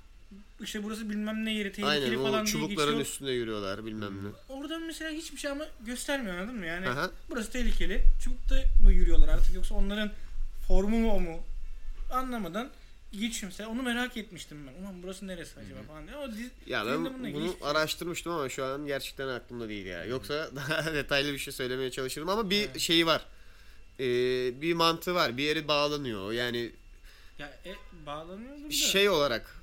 Speaker 3: işte burası bilmem ne yeri tehlikeli
Speaker 1: Aynen o
Speaker 3: falan diye
Speaker 1: çubukların
Speaker 3: geçiyor.
Speaker 1: üstünde yürüyorlar bilmem ne.
Speaker 3: Oradan mesela hiçbir şey ama göstermiyor anladın mı? Yani
Speaker 1: Aha.
Speaker 3: burası tehlikeli. Çubukta mı yürüyorlar artık yoksa onların formu mu o mu? Anlamadan geçiyorum mesela. Onu merak etmiştim ben. Ulan burası neresi acaba falan diye. Ama diz,
Speaker 1: Ya
Speaker 3: filmde
Speaker 1: ben
Speaker 3: bununla ilgili
Speaker 1: bunu
Speaker 3: hiçbir şey yok.
Speaker 1: araştırmıştım ama şu an gerçekten aklımda değil ya. Yoksa <laughs> daha detaylı bir şey söylemeye çalışırım ama bir şeyi var. Ee, bir mantığı var. Bir yere bağlanıyor. Yani
Speaker 3: Ya e, bağlanıyordur da.
Speaker 1: şey olarak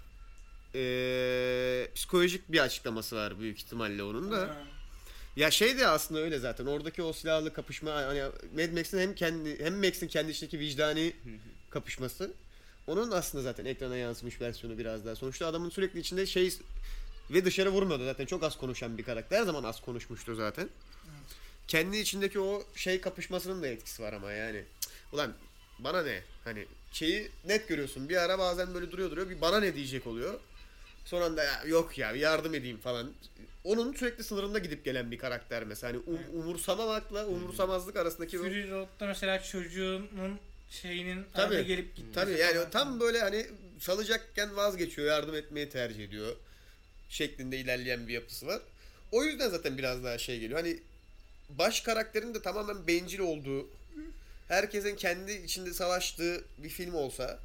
Speaker 1: ee, psikolojik bir açıklaması var büyük ihtimalle onun da.
Speaker 3: Ha.
Speaker 1: Ya şey de aslında öyle zaten. Oradaki o silahlı kapışma hani Mad Max'in hem kendi hem Max'in kendi içindeki vicdani kapışması. Onun aslında zaten ekrana yansımış versiyonu biraz daha. Sonuçta adamın sürekli içinde şey ve dışarı vurmuyordu zaten. Çok az konuşan bir karakter. Her zaman az konuşmuştu zaten. Kendi içindeki o şey kapışmasının da etkisi var ama yani. Cık, Ulan bana ne? Hani şeyi net görüyorsun. Bir ara bazen böyle duruyor duruyor bir bana ne diyecek oluyor. Son anda ya, yok ya yardım edeyim falan. Onun sürekli sınırında gidip gelen bir karakter mesela. Hani um- umursamamakla umursamazlık arasındaki bir...
Speaker 3: Fury Road'da mesela çocuğunun şeyinin
Speaker 1: Tabii.
Speaker 3: arada gelip gitmesi.
Speaker 1: Tabii yani
Speaker 3: falan.
Speaker 1: tam böyle hani salacakken vazgeçiyor, yardım etmeyi tercih ediyor şeklinde ilerleyen bir yapısı var. O yüzden zaten biraz daha şey geliyor. Hani baş karakterin de tamamen bencil olduğu, herkesin kendi içinde savaştığı bir film olsa,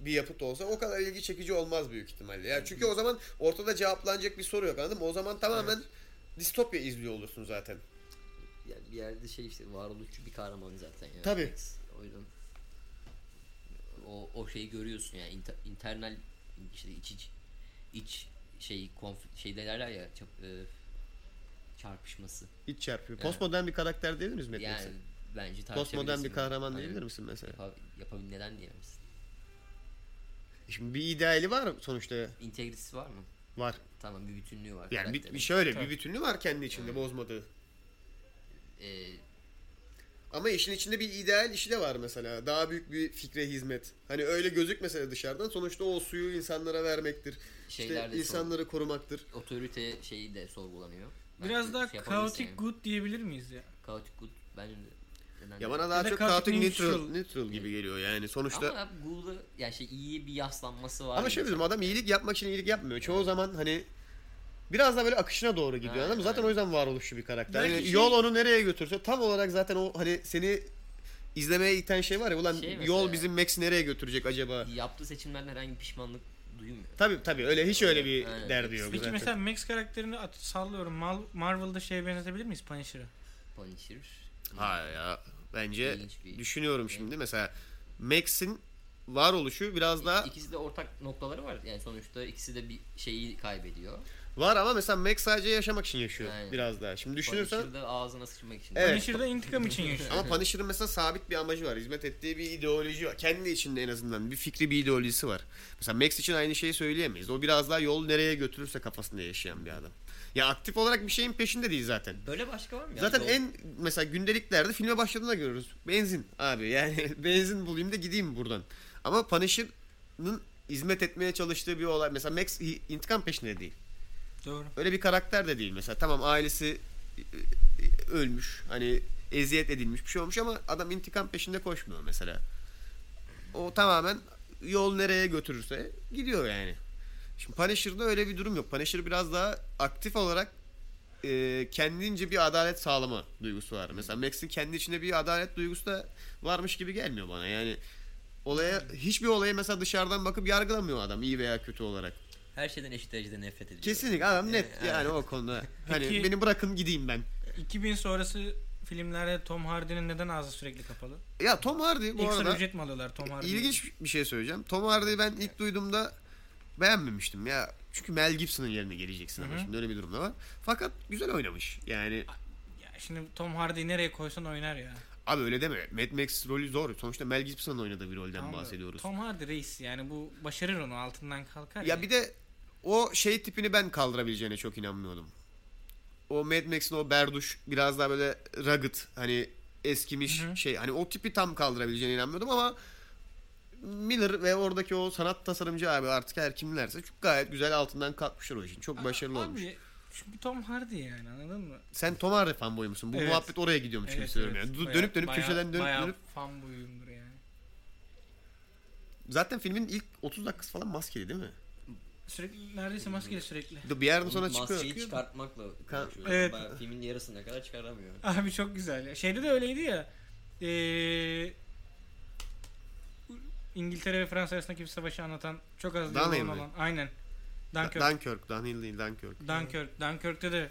Speaker 1: bir yapıt olsa o kadar ilgi çekici olmaz büyük ihtimalle. Ya çünkü o zaman ortada cevaplanacak bir soru yok anladın mı? O zaman tamamen distopya izliyor olursun zaten.
Speaker 2: Yani bir yerde şey işte varoluşçu bir kahraman zaten yani.
Speaker 1: Tabii.
Speaker 2: Max. O yüzden o, o şeyi görüyorsun yani inter, internal işte iç iç, iç şey konf- şey derler ya çap- e, çarpışması.
Speaker 1: İç çarpıyor.
Speaker 2: Evet.
Speaker 1: Postmodern bir karakter diyebilir miyiz Mad Max'e?
Speaker 2: Yani bence
Speaker 1: Postmodern bir kahraman
Speaker 2: değil
Speaker 1: diyebilir misin mesela?
Speaker 2: Yapabilir neden diyemezsin.
Speaker 1: E Şimdi bir ideali var sonuçta.
Speaker 2: İntegrisi var mı?
Speaker 1: Var.
Speaker 2: Tamam bir bütünlüğü var.
Speaker 1: Yani bir,
Speaker 2: karakterin.
Speaker 1: bir şöyle
Speaker 3: Tabii.
Speaker 1: bir bütünlüğü var kendi içinde
Speaker 2: Evet.
Speaker 1: bozmadığı. şey-
Speaker 2: Ee,
Speaker 1: Ama işin içinde bir ideal işi de var mesela. Daha büyük bir fikre hizmet. Hani öyle gözükmese de dışarıdan sonuçta o suyu insanlara vermektir.
Speaker 2: Şeyler de
Speaker 1: işte
Speaker 2: çok-
Speaker 1: insanları korumaktır.
Speaker 2: otorite şeyi de sorgulanıyor. Bence
Speaker 3: Biraz
Speaker 2: şey
Speaker 3: daha
Speaker 2: yapabilirsin
Speaker 3: chaotic
Speaker 2: yani.
Speaker 3: good diyebilir miyiz ya?
Speaker 2: Chaotic good bence de. Neden
Speaker 1: Ya bana daha
Speaker 3: da
Speaker 1: çok
Speaker 3: chaotic
Speaker 1: chaotic neutral,
Speaker 3: neutral.
Speaker 1: neutral gibi geliyor yani sonuçta.
Speaker 2: Ama abi Google'da yani şey iyi bir yaslanması var.
Speaker 1: Ama şey
Speaker 2: yani.
Speaker 1: şöyle bizim adam iyilik yapmak için iyilik yapmıyor. Çoğu zaman hani biraz da böyle akışına doğru gidiyor.
Speaker 2: Aynen,
Speaker 1: anladın mı? Zaten
Speaker 2: aynen.
Speaker 1: o yüzden varoluşçu bir karakter.
Speaker 3: Belki
Speaker 1: Yani
Speaker 3: şey-
Speaker 1: Yol onu nereye götürse tam olarak zaten o hani seni izlemeye iten şey var ya ulan
Speaker 2: Şey
Speaker 1: yol
Speaker 2: mesela-
Speaker 1: bizim Max'i nereye götürecek acaba?
Speaker 2: yaptığı seçimlerden herhangi bir pişmanlık duymuyor.
Speaker 1: Tabii tabii öyle hiç öyle bir
Speaker 2: Aynen.
Speaker 1: derdi yok
Speaker 3: Peki
Speaker 1: zaten.
Speaker 3: mesela Max karakterini at- sallıyorum. Mal- Marvel'da şeye benzetebilir miyiz Punisher'ı?
Speaker 2: Punisher. aslında.
Speaker 1: Hayır ya. Bence
Speaker 2: İlginç bir- şey.
Speaker 1: düşünüyorum şimdi. Mesela Max'in varoluşu
Speaker 2: E,
Speaker 1: biraz daha
Speaker 2: İkisi de ortak noktaları var. Yani sonuçta ikisi de bir şeyi kaybediyor.
Speaker 1: var ama mesela Max sadece yaşamak için yaşıyor
Speaker 2: Aynen.
Speaker 1: biraz daha. Şimdi düşünürsen
Speaker 2: Punisher da ağzına sıçmak için.
Speaker 1: Evet.
Speaker 3: Punisher'da intikam için yaşıyor.
Speaker 1: ama Punisher'ın mesela sabit bir amacı var. Hizmet ettiği bir ideoloji var. Kendi içinde en azından bir fikri bir ideolojisi var. Mesela Max için aynı şeyi söyleyemeyiz. O biraz daha yol nereye götürürse kafasında yaşayan bir adam. Ya aktif olarak bir şeyin peşinde değil zaten.
Speaker 2: <laughs> Böyle başka var mı?
Speaker 1: Zaten
Speaker 2: Yani
Speaker 1: en mesela gündeliklerde filme başladığında görürüz. Benzin abi yani <laughs> benzin bulayım da gideyim buradan. Ama Punisher'ın hizmet etmeye çalıştığı bir olay. Mesela Max i- intikam peşinde değil.
Speaker 3: Doğru.
Speaker 1: Öyle bir karakter de değil mesela. Tamam ailesi e, e, ölmüş. Hani eziyet edilmiş bir şey olmuş ama adam intikam peşinde koşmuyor mesela. O tamamen yol nereye götürürse gidiyor yani. Şimdi Punisher'da öyle bir durum yok. Punisher biraz daha aktif olarak e, kendince bir adalet sağlama duygusu var. Mesela Max'in kendi içinde bir adalet duygusu da varmış gibi gelmiyor bana. Yani olaya hiçbir olaya mesela dışarıdan bakıp yargılamıyor adam iyi veya kötü olarak.
Speaker 2: her şeyden eşit derecede nefret ediyor.
Speaker 1: Kesinlikle adam net
Speaker 2: Yani-
Speaker 1: yani o konuda. Hani
Speaker 3: Ee, Peki-
Speaker 1: beni bırakın gideyim ben.
Speaker 3: 2000 sonrası filmlerde Tom Hardy'nin neden ağzı sürekli kapalı?
Speaker 1: Ya Tom Hardy bu
Speaker 3: Ekstra
Speaker 1: arada
Speaker 3: ücret mi alıyorlar Tom Hardy'ye?
Speaker 1: ilginç bir şey söyleyeceğim. Tom Hardy'yi ben ilk duyduğumda beğenmemiştim ya. Çünkü Mel Gibson'ın yerine geleceksin ama
Speaker 3: Hı hı.
Speaker 1: şimdi öyle bir durumda var. Fakat güzel oynamış. Yani
Speaker 3: Ya şimdi Tom Hardy'yi nereye koysan oynar ya.
Speaker 1: abi öyle deme. Mad Max rolü zor. Sonuçta Mel Gibson'ın oynadığı bir rolden
Speaker 3: Tamam da
Speaker 1: bahsediyoruz.
Speaker 3: Tom Hardy reis yani bu başarır onu altından kalkar.
Speaker 1: Ya bir de o şey tipini ben kaldırabileceğine çok inanmıyordum. O Mad Max'in o berduş biraz daha böyle rugged hani eskimiş
Speaker 3: Hı hı.
Speaker 1: şey hani o tipi tam kaldırabileceğine inanmıyordum ama Miller ve oradaki o sanat tasarımcı abi artık her kimlerse çok gayet güzel altından kalkmışlar o işin. Çok başarılı
Speaker 3: abi,
Speaker 1: olmuş.
Speaker 3: Çünkü Tom Hardy yani anladın mı?
Speaker 1: Sen Tom Hardy fanboy musun? Bu
Speaker 3: Evet.
Speaker 1: muhabbet oraya gidiyormuş gibi hissediyorum yani. Du- dönüp dönüp köşeden dönüp
Speaker 3: bayağı
Speaker 1: dönüp.
Speaker 3: fan buyumdur yani.
Speaker 1: Zaten filmin ilk 30 dakikası falan maskeli değil mi?
Speaker 3: Sürekli neredeyse maskeli sürekli. <laughs>
Speaker 1: Bir yerden
Speaker 2: Onun
Speaker 1: sonra çıkıyor.
Speaker 2: Maskeyi çıkartmakla uğraşıyor.
Speaker 3: Evet.
Speaker 2: Bayağı Filmin yarısına kadar çıkaramıyor.
Speaker 3: Abi çok güzel. ya. Şeyde de öyleydi ya. Ee, İngiltere ve Fransa arasındaki bir savaşı anlatan çok az
Speaker 1: Dunham
Speaker 3: diyalog
Speaker 1: mi?
Speaker 3: olan. Aynen.
Speaker 1: Dunkirk.
Speaker 3: Dunkirk.
Speaker 1: Dunkirk. Dunhill değil Dunkirk.
Speaker 3: Dunkirk. Dunkirk'te de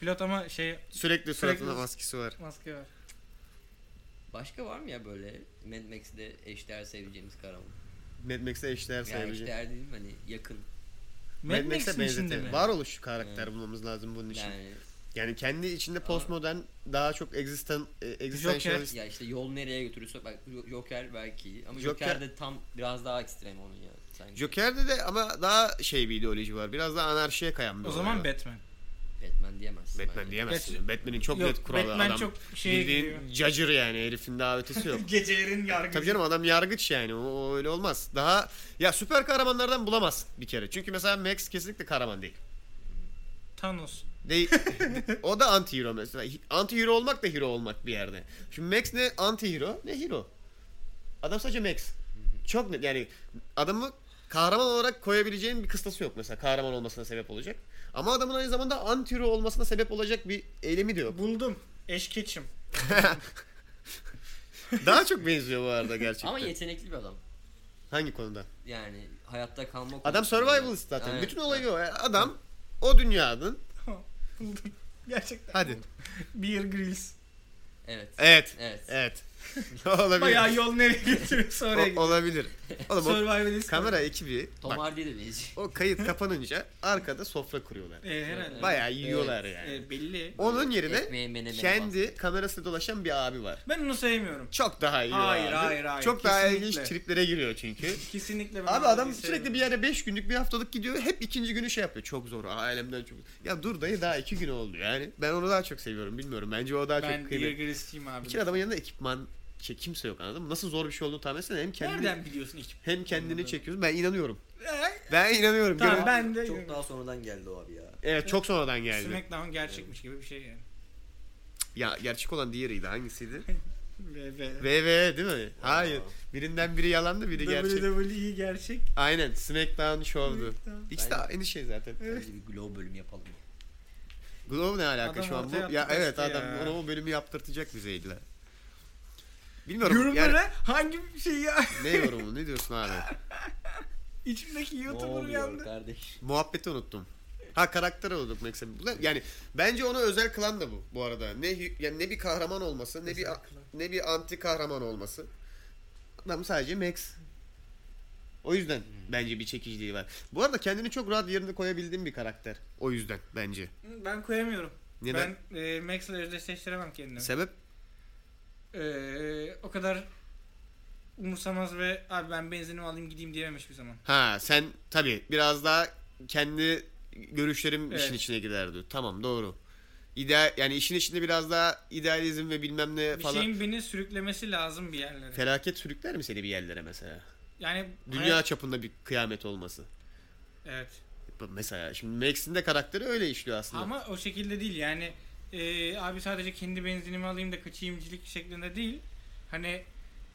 Speaker 3: pilot ama şey
Speaker 1: Sürekli suratında
Speaker 3: Sürekli-
Speaker 1: maskesi var.
Speaker 3: maske var.
Speaker 2: Başka var mı ya böyle Mad Max'de eşdeğer seveceğimiz kahraman?
Speaker 1: Mad Max'e eşdeğer
Speaker 2: Yani
Speaker 1: sayabileceğim.
Speaker 2: eşdeğer değil mi? Hani yakın.
Speaker 3: Mad Max'in içinde mi?
Speaker 1: Varoluş karakter
Speaker 2: Evet.
Speaker 1: bulmamız lazım bunun için. Yani,
Speaker 2: Yani
Speaker 1: kendi içinde postmodern daha çok existen, e, existentialist.
Speaker 2: ya işte yol nereye götürürse bak Jo- Joker belki ama
Speaker 1: Joker-
Speaker 2: Joker, de tam biraz daha ekstrem onun ya sanki.
Speaker 1: Joker'de de ama daha şey bir ideoloji var. Biraz daha anarşiye kayan bir
Speaker 3: O
Speaker 1: olay
Speaker 3: zaman
Speaker 1: var.
Speaker 3: Batman.
Speaker 2: Batman diyemezsin.
Speaker 1: Batman
Speaker 2: bence.
Speaker 1: diyemezsin. Batman'in çok
Speaker 3: Yok,
Speaker 1: net kuralı
Speaker 3: Batman
Speaker 1: adam.
Speaker 3: çok şeye giriyor. <laughs>
Speaker 1: Bildiğin cacır yani herifin daha ötesi yok.
Speaker 3: Gecelerin yargıcı.
Speaker 1: Tabii canım adam yargıç yani. O, o öyle olmaz. Daha ya süper kahramanlardan bulamazsın bir kere. Çünkü mesela Max kesinlikle kahraman değil.
Speaker 3: Thanos.
Speaker 1: Değil. <laughs> o da anti-hero mesela. Anti-hero olmak da hero olmak bir yerde. Şimdi Max ne anti-hero ne hero. Adam sadece Max. Çok net yani adamı kahraman olarak koyabileceğin bir kıstası yok mesela. Kahraman olmasına sebep olacak. Ama adamın aynı zamanda anti-hero olmasına sebep olacak bir eylemi de
Speaker 3: <laughs>
Speaker 1: yok.
Speaker 3: Buldum. Eşkeçim.
Speaker 1: Daha çok benziyor bu arada gerçekten.
Speaker 2: Ama yetenekli bir adam.
Speaker 1: Hangi konuda?
Speaker 2: Yani hayatta kalma
Speaker 1: Adam
Speaker 2: konusunda-
Speaker 1: survivalist zaten.
Speaker 2: Aynen.
Speaker 1: Bütün olayı o. Yani Adam o dünyanın
Speaker 3: <laughs> Buldum. Gerçekten.
Speaker 1: hadi.
Speaker 3: Beer Grylls.
Speaker 2: Evet.
Speaker 1: Evet.
Speaker 2: Evet.
Speaker 1: Evet. <laughs> olabilir.
Speaker 3: Bayağı yol nereye götürüyorsa oraya
Speaker 1: O-
Speaker 3: gidiyor.
Speaker 1: olabilir. Oğlum o
Speaker 3: Survivalist.
Speaker 1: kamera ekibi
Speaker 2: Tom
Speaker 1: bak,
Speaker 2: Hardy de benziyor.
Speaker 1: O kayıt kapanınca arkada sofra kuruyorlar.
Speaker 3: E, herhalde.
Speaker 1: Bayağı yiyorlar yani.
Speaker 3: E, belli.
Speaker 1: Onun yerine
Speaker 2: Ekmeğe menemene
Speaker 1: kendi kamerasıyla dolaşan bir abi var.
Speaker 3: Ben onu sevmiyorum.
Speaker 1: Çok daha iyi
Speaker 3: Hayır,
Speaker 1: abi.
Speaker 3: hayır, hayır.
Speaker 1: Çok daha
Speaker 3: Kesinlikle.
Speaker 1: ilginç triplere giriyor çünkü.
Speaker 3: Kesinlikle ben
Speaker 1: Abi
Speaker 3: onu
Speaker 1: adam
Speaker 3: sevmiyorum.
Speaker 1: sürekli bir yere 5 günlük bir haftalık gidiyor. Hep ikinci günü şey yapıyor. Çok zor. Ailemden çok. Ya dur dayı daha 2 gün oldu yani. Ben onu daha çok seviyorum. Bilmiyorum. Bence o daha
Speaker 3: Ben
Speaker 1: çok
Speaker 3: Beer
Speaker 1: kıymetli.
Speaker 3: Grylls abi.
Speaker 1: İki adamın yanında ekipman şey, kimse yok anladın mı? Nasıl zor bir şey olduğunu tahmin etsene. Hem kendini,
Speaker 3: Nereden biliyorsun ekip?
Speaker 1: hem kendini çekiyorsun. Ben inanıyorum.
Speaker 3: E,
Speaker 1: Ben inanıyorum.
Speaker 3: Tamam,
Speaker 1: Görün-
Speaker 3: ben de-
Speaker 2: Çok daha sonradan geldi o abi ya.
Speaker 1: Evet çok sonradan geldi.
Speaker 3: Smackdown gerçekmiş gibi bir şey yani.
Speaker 1: Ya gerçek olan diğeriydi hangisiydi?
Speaker 3: Ve ve.
Speaker 1: VV değil mi? Hayır. Birinden biri yalandı biri gerçek.
Speaker 3: WWE E gerçek.
Speaker 1: Aynen SmackDown Show'du.
Speaker 3: Smackdown.
Speaker 1: İkisi de aynı şey zaten.
Speaker 2: Bence bir glow bölüm yapalım.
Speaker 1: Glow ne alaka
Speaker 3: Adam
Speaker 1: şu an bu?
Speaker 3: ortaya
Speaker 1: Ya
Speaker 3: attı
Speaker 1: evet
Speaker 3: işte
Speaker 1: adam
Speaker 3: ya.
Speaker 1: ona o bölümü yaptırtacak bize illa. Bilmiyorum
Speaker 3: Yorumlara
Speaker 1: yani
Speaker 3: hangi şey ya? <laughs>
Speaker 1: ne yorumu ne diyorsun abi?
Speaker 3: İçimdeki
Speaker 2: Ne
Speaker 3: YouTuber
Speaker 2: oluyor
Speaker 3: yandı.
Speaker 2: kardeş?
Speaker 1: Muhabbeti unuttum. Ha karakter olduk mesela. Bunlar- Yani bence onu özel kılan da bu bu arada. Ne hü- yani ne bir kahraman olması, ne bir a- ne bir anti kahraman olması. Adam sadece Max. O yüzden bence bir çekiciliği var. Bu arada kendini çok rahat yerine koyabildiğim bir karakter. O yüzden bence.
Speaker 3: Ben koyamıyorum.
Speaker 1: Neden?
Speaker 3: Ben e, Max'le özdeşleştiremem kendimi.
Speaker 1: Sebep?
Speaker 3: E, o kadar umursamaz ve abi ben benzinimi alayım gideyim diyememiş bir zaman.
Speaker 1: Ha sen tabii biraz daha kendi görüşlerim işin
Speaker 3: Evet.
Speaker 1: içine girerdi. Tamam doğru. İdeal yani işin içinde biraz daha idealizm ve bilmem ne
Speaker 3: Bir
Speaker 1: falan.
Speaker 3: şeyin beni sürüklemesi lazım bir yerlere.
Speaker 1: Felaket sürükler mi seni bir yerlere mesela?
Speaker 3: Yani
Speaker 1: Dünya
Speaker 3: hayat-
Speaker 1: çapında bir kıyamet olması.
Speaker 3: Evet.
Speaker 1: Bu Mesela şimdi Max'in de karakteri öyle işliyor aslında.
Speaker 3: Ama o şekilde değil yani e, abi sadece kendi benzinimi alayım da kaçayımcılık şeklinde değil. Hani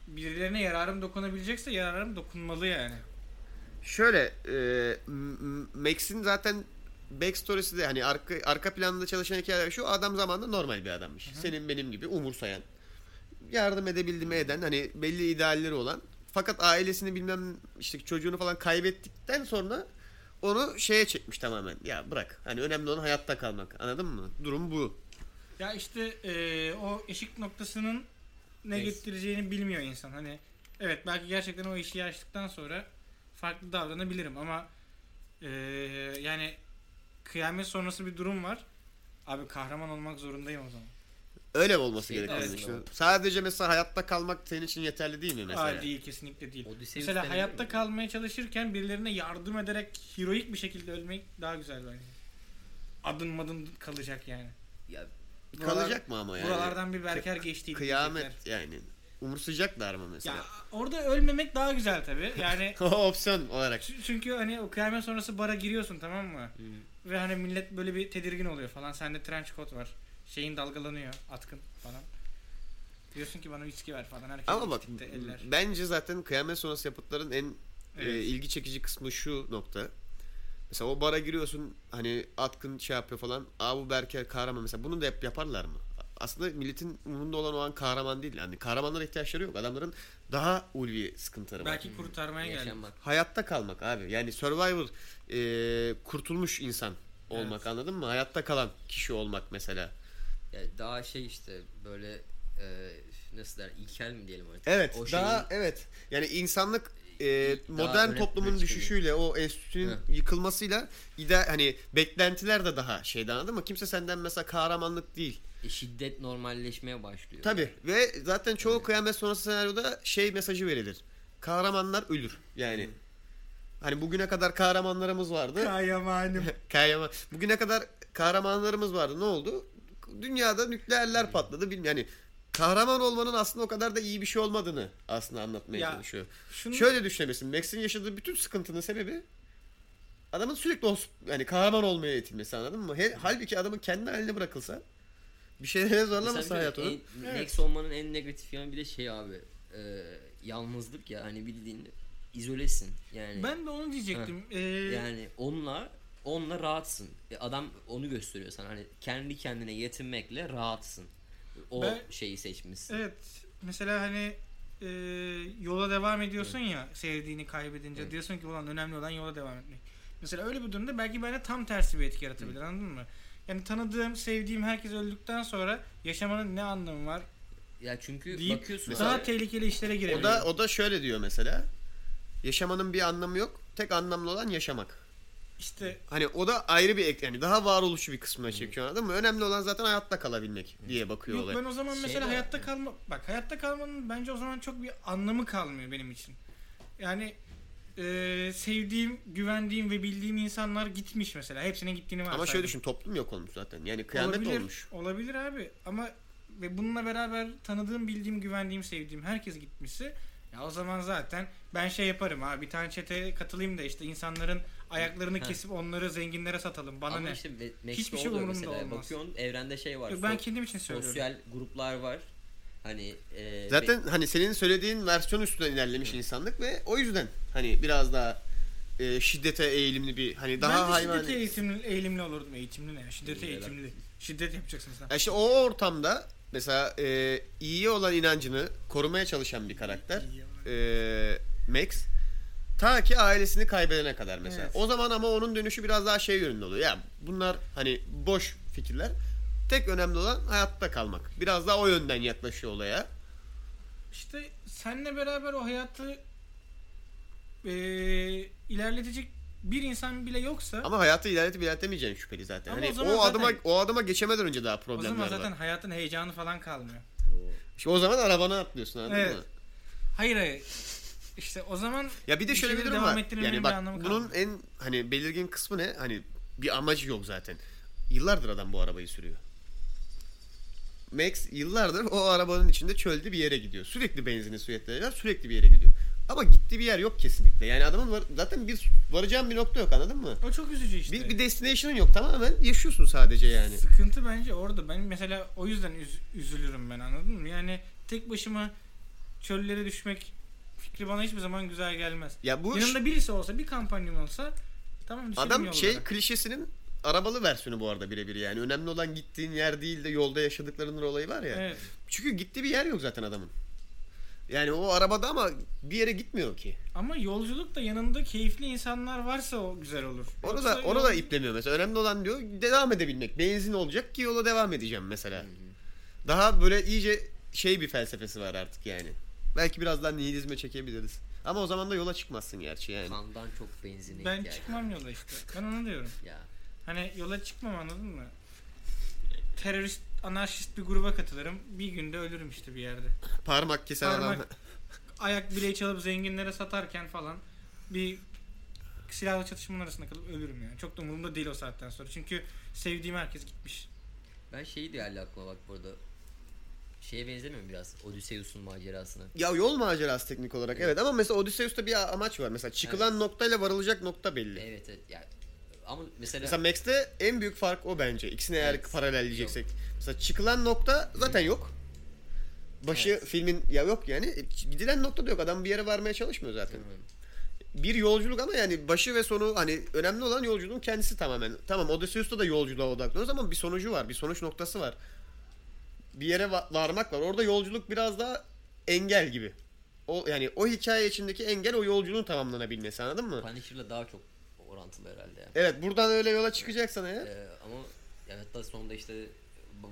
Speaker 3: birilerine yararım dokunabilecekse yararım dokunmalı yani.
Speaker 1: Şöyle e, M- M- Max'in zaten backstory'si de hani arka, arka planında çalışan hikayeler şu adam zamanında normal bir adammış. Senin benim gibi umursayan. Yardım edebildi mi eden hani belli idealleri olan. Fakat ailesini bilmem işte çocuğunu falan kaybettikten sonra onu şeye çekmiş tamamen. Ya bırak. Hani önemli olan hayatta kalmak. Anladın mı? Durum bu.
Speaker 3: Ya işte eee, o eşik noktasının ne
Speaker 2: Neyse.
Speaker 3: getireceğini bilmiyor insan. Hani evet belki gerçekten o işi açtıktan sonra farklı davranabilirim ama eee, yani kıyamet sonrası bir durum var. Abi kahraman olmak zorundayım o zaman.
Speaker 1: Öyle olması
Speaker 2: Şey,
Speaker 1: gerekiyor.
Speaker 3: evet.
Speaker 1: işte. Sadece mesela hayatta kalmak senin için yeterli değil mi mesela?
Speaker 3: Aa, değil kesinlikle değil.
Speaker 2: Odysseus
Speaker 3: Mesela
Speaker 2: denebilir
Speaker 3: hayatta
Speaker 2: mi?
Speaker 3: kalmaya çalışırken birilerine yardım ederek heroik bir şekilde ölmek daha güzel bence. Adın madın kalacak yani.
Speaker 2: Ya
Speaker 1: Kalacak mı ama yani?
Speaker 3: Buralardan bir berker geçtiydi.
Speaker 1: Kıyamet
Speaker 3: diyecekler.
Speaker 1: yani. Umursayacaklar mı mesela?
Speaker 3: Ya orada ölmemek daha güzel tabi. Yani
Speaker 1: <laughs> O opsiyon
Speaker 3: <laughs>
Speaker 1: olarak.
Speaker 3: Çü- Çünkü hani o kıyamet sonrası bara giriyorsun tamam mı?
Speaker 1: Hmm.
Speaker 3: Ve hani millet böyle bir tedirgin oluyor falan. Sende trench coat var. Şeyin dalgalanıyor atkın falan. Diyorsun ki bana içki ver falan. Herkes
Speaker 1: Ama bak
Speaker 3: içtikte eller.
Speaker 1: bence zaten kıyamet sonrası yapıtların en e,
Speaker 3: Evet.
Speaker 1: ilgi çekici kısmı şu nokta. Mesela o bara giriyorsun hani Atkın şey yapıyor falan. Aa bu Berker kahraman mesela bunu da yap, yaparlar mı? Aslında milletin umurunda olan o an kahraman değil. Yani kahramanlara ihtiyaçları yok. Adamların daha ulvi sıkıntıları var.
Speaker 3: Belki kurtarmaya geldi.
Speaker 2: yaşanmak.
Speaker 1: Hayatta kalmak abi. Yani survivor e, kurtulmuş insan olmak anladın mı? Hayatta kalan kişi olmak mesela.
Speaker 2: Ya daha şey işte böyle e, nasıl der ilkel mi diyelim artık.
Speaker 1: Evet.
Speaker 2: O şey
Speaker 1: daha
Speaker 2: şeyin-
Speaker 1: evet. Yani insanlık e,
Speaker 2: Daha
Speaker 1: modern
Speaker 2: öne
Speaker 1: toplumun
Speaker 2: çıkıyor.
Speaker 1: düşüşüyle o enstitünün
Speaker 2: Heh.
Speaker 1: yıkılmasıyla ide hani beklentiler de daha şeyden anladın mı? Kimse senden mesela kahramanlık değil.
Speaker 2: E, şiddet normalleşmeye başlıyor.
Speaker 1: Tabi ve zaten çoğu kıyamet sonrası senaryoda şey mesajı verilir. Kahramanlar ölür. Yani hani bugüne kadar kahramanlarımız vardı.
Speaker 3: Kahramanım.
Speaker 1: <laughs> Kahraman. Bugüne kadar kahramanlarımız vardı. Ne oldu? Dünyada
Speaker 2: Hmm.
Speaker 1: nükleerler patladı. Bilmiyorum. Yani kahraman olmanın aslında o kadar da iyi bir şey olmadığını aslında anlatmaya
Speaker 3: Ya,
Speaker 1: çalışıyor.
Speaker 3: şunu-
Speaker 1: Şöyle düşünebilirsin. Max'in yaşadığı bütün sıkıntının sebebi adamın sürekli o, yani kahraman olmaya itilmesi anladın mı?
Speaker 2: Hmm.
Speaker 1: He- halbuki adamın kendi haline bırakılsa bir şeylere zorlamasa
Speaker 2: Mesela bir
Speaker 1: hayat
Speaker 2: de
Speaker 1: onu.
Speaker 2: en- Max olmanın en negatif yanı bir de şey abi. e, yalnızlık ya hani bildiğin izolesin. Yani
Speaker 3: Ben de onu diyecektim. Ee,
Speaker 2: yani onunla onunla rahatsın. E, adam onu gösteriyor sana. Hani kendi kendine yetinmekle rahatsın. O
Speaker 3: Ben-
Speaker 2: şeyi seçmişsin.
Speaker 3: Evet. Mesela hani e, yola devam ediyorsun ya sevdiğini kaybedince diyorsun ki ulan önemli olan yola devam etmek. Mesela öyle bir durumda belki bende tam tersi bir etki yaratabilir anladın mı? Yani tanıdığım, sevdiğim herkes öldükten sonra yaşamanın ne anlamı var?
Speaker 2: Ya çünkü
Speaker 3: Deyip
Speaker 2: bakıyorsun
Speaker 1: Mesela-
Speaker 3: daha
Speaker 2: abi,
Speaker 3: tehlikeli işlere
Speaker 1: O
Speaker 3: girebiliyor.
Speaker 1: da o da şöyle diyor mesela. Yaşamanın bir anlamı yok. Tek anlamlı olan yaşamak.
Speaker 3: işte
Speaker 1: Hani o da ayrı bir ek- yani daha varoluşu bir kısmına çekiyor anladın mı? Önemli olan zaten hayatta kalabilmek diye bakıyor
Speaker 3: yok
Speaker 1: olay.
Speaker 3: ben o zaman
Speaker 2: Şey
Speaker 3: mesela
Speaker 2: de-
Speaker 3: hayatta kalma bak hayatta kalmanın bence o zaman çok bir anlamı kalmıyor benim için. Yani e, sevdiğim, güvendiğim ve bildiğim insanlar gitmiş mesela. Hepsinin gittiğini varsaydım.
Speaker 1: Ama şöyle düşün toplum yok olmuş zaten. Yani kıyamet
Speaker 3: olabilir,
Speaker 1: olmuş.
Speaker 3: Olabilir abi ama ve bununla beraber tanıdığım, bildiğim, güvendiğim, sevdiğim herkes gitmişse ya o zaman zaten ben şey yaparım abi bir tane çeteye katılayım da işte insanların ayaklarını
Speaker 2: Ha.
Speaker 3: kesip onları zenginlere satalım bana
Speaker 2: ama
Speaker 3: ne?
Speaker 2: işte Ve- Max'te
Speaker 3: Hiçbir şey
Speaker 2: oluyor
Speaker 3: umurumda
Speaker 2: mesela.
Speaker 3: olmaz.
Speaker 2: Bakıyorsun evrende şey var.
Speaker 3: Yok, ben
Speaker 2: so-
Speaker 3: kendim için söylüyorum.
Speaker 2: sosyal gruplar var. Hani e,
Speaker 1: Zaten hani senin söylediğin versiyon üstünden ilerlemiş insanlık ve o yüzden hani biraz daha e, şiddete eğilimli bir hani daha
Speaker 3: ben de şiddete
Speaker 1: hayvan.
Speaker 3: eğitimli, eğilimli olurdum. Eğitimli ne? ya? Şiddete
Speaker 2: İyi,
Speaker 3: eğitimli. Şiddet yapacaksın sen.
Speaker 1: Ya işte o ortamda mesela e, iyiye olan inancını korumaya çalışan bir karakter.
Speaker 3: İyi ama.
Speaker 1: e, Max Ta ki ailesini kaybedene kadar mesela.
Speaker 3: Evet.
Speaker 1: O zaman ama onun dönüşü biraz daha şey yönünde oluyor. Ya bunlar hani boş fikirler. Tek önemli olan hayatta kalmak. Biraz daha o yönden yaklaşıyor olaya.
Speaker 3: İşte seninle beraber o hayatı eee, ilerletecek bir insan bile yoksa
Speaker 1: Ama hayatı ilerletip ilerletemeyeceğin şüpheli zaten.
Speaker 3: Ama
Speaker 1: hani
Speaker 3: o
Speaker 1: o,
Speaker 3: zaman zaten-
Speaker 1: adıma o adıma geçemeden önce daha
Speaker 3: o
Speaker 1: problemler
Speaker 3: zaman zaten
Speaker 1: var.
Speaker 3: hayatın heyecanı falan kalmıyor.
Speaker 1: İşte o zaman arabana atlıyorsun anladın
Speaker 3: Evet.
Speaker 1: mı?
Speaker 3: Hayır hayır. İşte o zaman
Speaker 1: Ya bir de
Speaker 3: Bir
Speaker 1: şöyle bir
Speaker 3: şeyleri
Speaker 1: durum
Speaker 3: devam
Speaker 1: var.
Speaker 3: ettirmenin
Speaker 1: Yani
Speaker 3: bir
Speaker 1: bak
Speaker 3: anlamı
Speaker 1: bunun
Speaker 3: kalmadı.
Speaker 1: en hani belirgin kısmı ne? Hani bir amacı yok zaten. Yıllardır adam bu arabayı sürüyor. Max yıllardır o arabanın içinde çölde bir yere gidiyor. Sürekli benzini sürekli sürekli bir yere gidiyor. Ama gittiği bir yer yok kesinlikle. Yani adamın var- zaten bir varacağın bir nokta yok anladın mı?
Speaker 3: o çok üzücü işte.
Speaker 1: Bir, bir destination'ın yok tamamen yaşıyorsun sadece yani.
Speaker 3: Sıkıntı bence orada. Ben mesela o yüzden üz- üzülürüm ben anladın mı? Yani tek başıma çöllere düşmek fikri bana hiçbir zaman güzel gelmez.
Speaker 1: Ya bu
Speaker 3: Yanımda birisi olsa, bir şey kampanyam olsa tamam düşerim
Speaker 1: Adam
Speaker 3: yollara.
Speaker 1: şey klişesinin arabalı versiyonu bu arada birebir yani. Önemli olan gittiğin yer değil de yolda yaşadıklarının olayı var ya.
Speaker 3: Evet.
Speaker 1: Çünkü gittiği bir yer yok zaten adamın. Yani o arabada ama bir yere gitmiyor ki.
Speaker 3: Ama yolculuk da yanında keyifli insanlar varsa o güzel olur.
Speaker 1: Onu
Speaker 3: Yoksa
Speaker 1: da onu
Speaker 3: yol-
Speaker 1: da iplemiyor mesela. Önemli olan diyor devam edebilmek. Benzin olacak ki yola devam edeceğim mesela. Daha böyle iyice şey bir felsefesi var artık yani. Belki biraz daha nihilizme çekebiliriz. Ama o zaman da yola çıkmazsın gerçi yani.
Speaker 2: Kandan çok benzine
Speaker 3: Ben
Speaker 2: ihtiyacım
Speaker 3: çıkmam yola işte. Ben onu diyorum.
Speaker 2: Ya.
Speaker 3: Hani yola çıkmam anladın mı? Terörist, anarşist bir gruba katılırım. Bir günde ölürüm işte bir yerde.
Speaker 1: Parmak kesen
Speaker 3: Parmak-
Speaker 1: adam.
Speaker 3: ayak bileği çalıp zenginlere satarken falan bir silahlı çatışmanın arasında kalıp ölürüm yani. Çok da umurumda değil o saatten sonra. Çünkü sevdiğim herkes gitmiş.
Speaker 2: Ben şeyi değerli aklıma bak burada. Şeye benzemiyor mu biraz? Odysseus'un macerasına.
Speaker 1: Ya yol macerası teknik olarak evet ama mesela Odysseus'ta bir amaç var. Mesela çıkılan noktayla varılacak nokta belli.
Speaker 2: Evet evet. Yani, ama mesela,
Speaker 1: Mesela Max'te en büyük fark o bence. İkisini eğer
Speaker 2: Evet.
Speaker 1: paralelleyeceksek. Mesela çıkılan nokta zaten yok. Başı
Speaker 2: Evet.
Speaker 1: filmin ya yok yani. E, Gidilen nokta da yok. Adam bir yere varmaya çalışmıyor zaten. Bir yolculuk ama yani başı ve sonu hani önemli olan yolculuğun kendisi tamamen. Tamam Odysseus'ta da yolculuğa odaklanıyoruz ama bir sonucu var. Bir sonuç noktası var. Bir yere va- varmak var. Orada yolculuk biraz daha engel gibi. O yani o hikaye içindeki engel o yolculuğun tamamlanabilmesi anladın mı?
Speaker 2: Punisher'la daha çok orantılı herhalde.
Speaker 1: Evet buradan öyle yola çıkacaksan eğer.
Speaker 2: Ee, ama yani hatta sonunda işte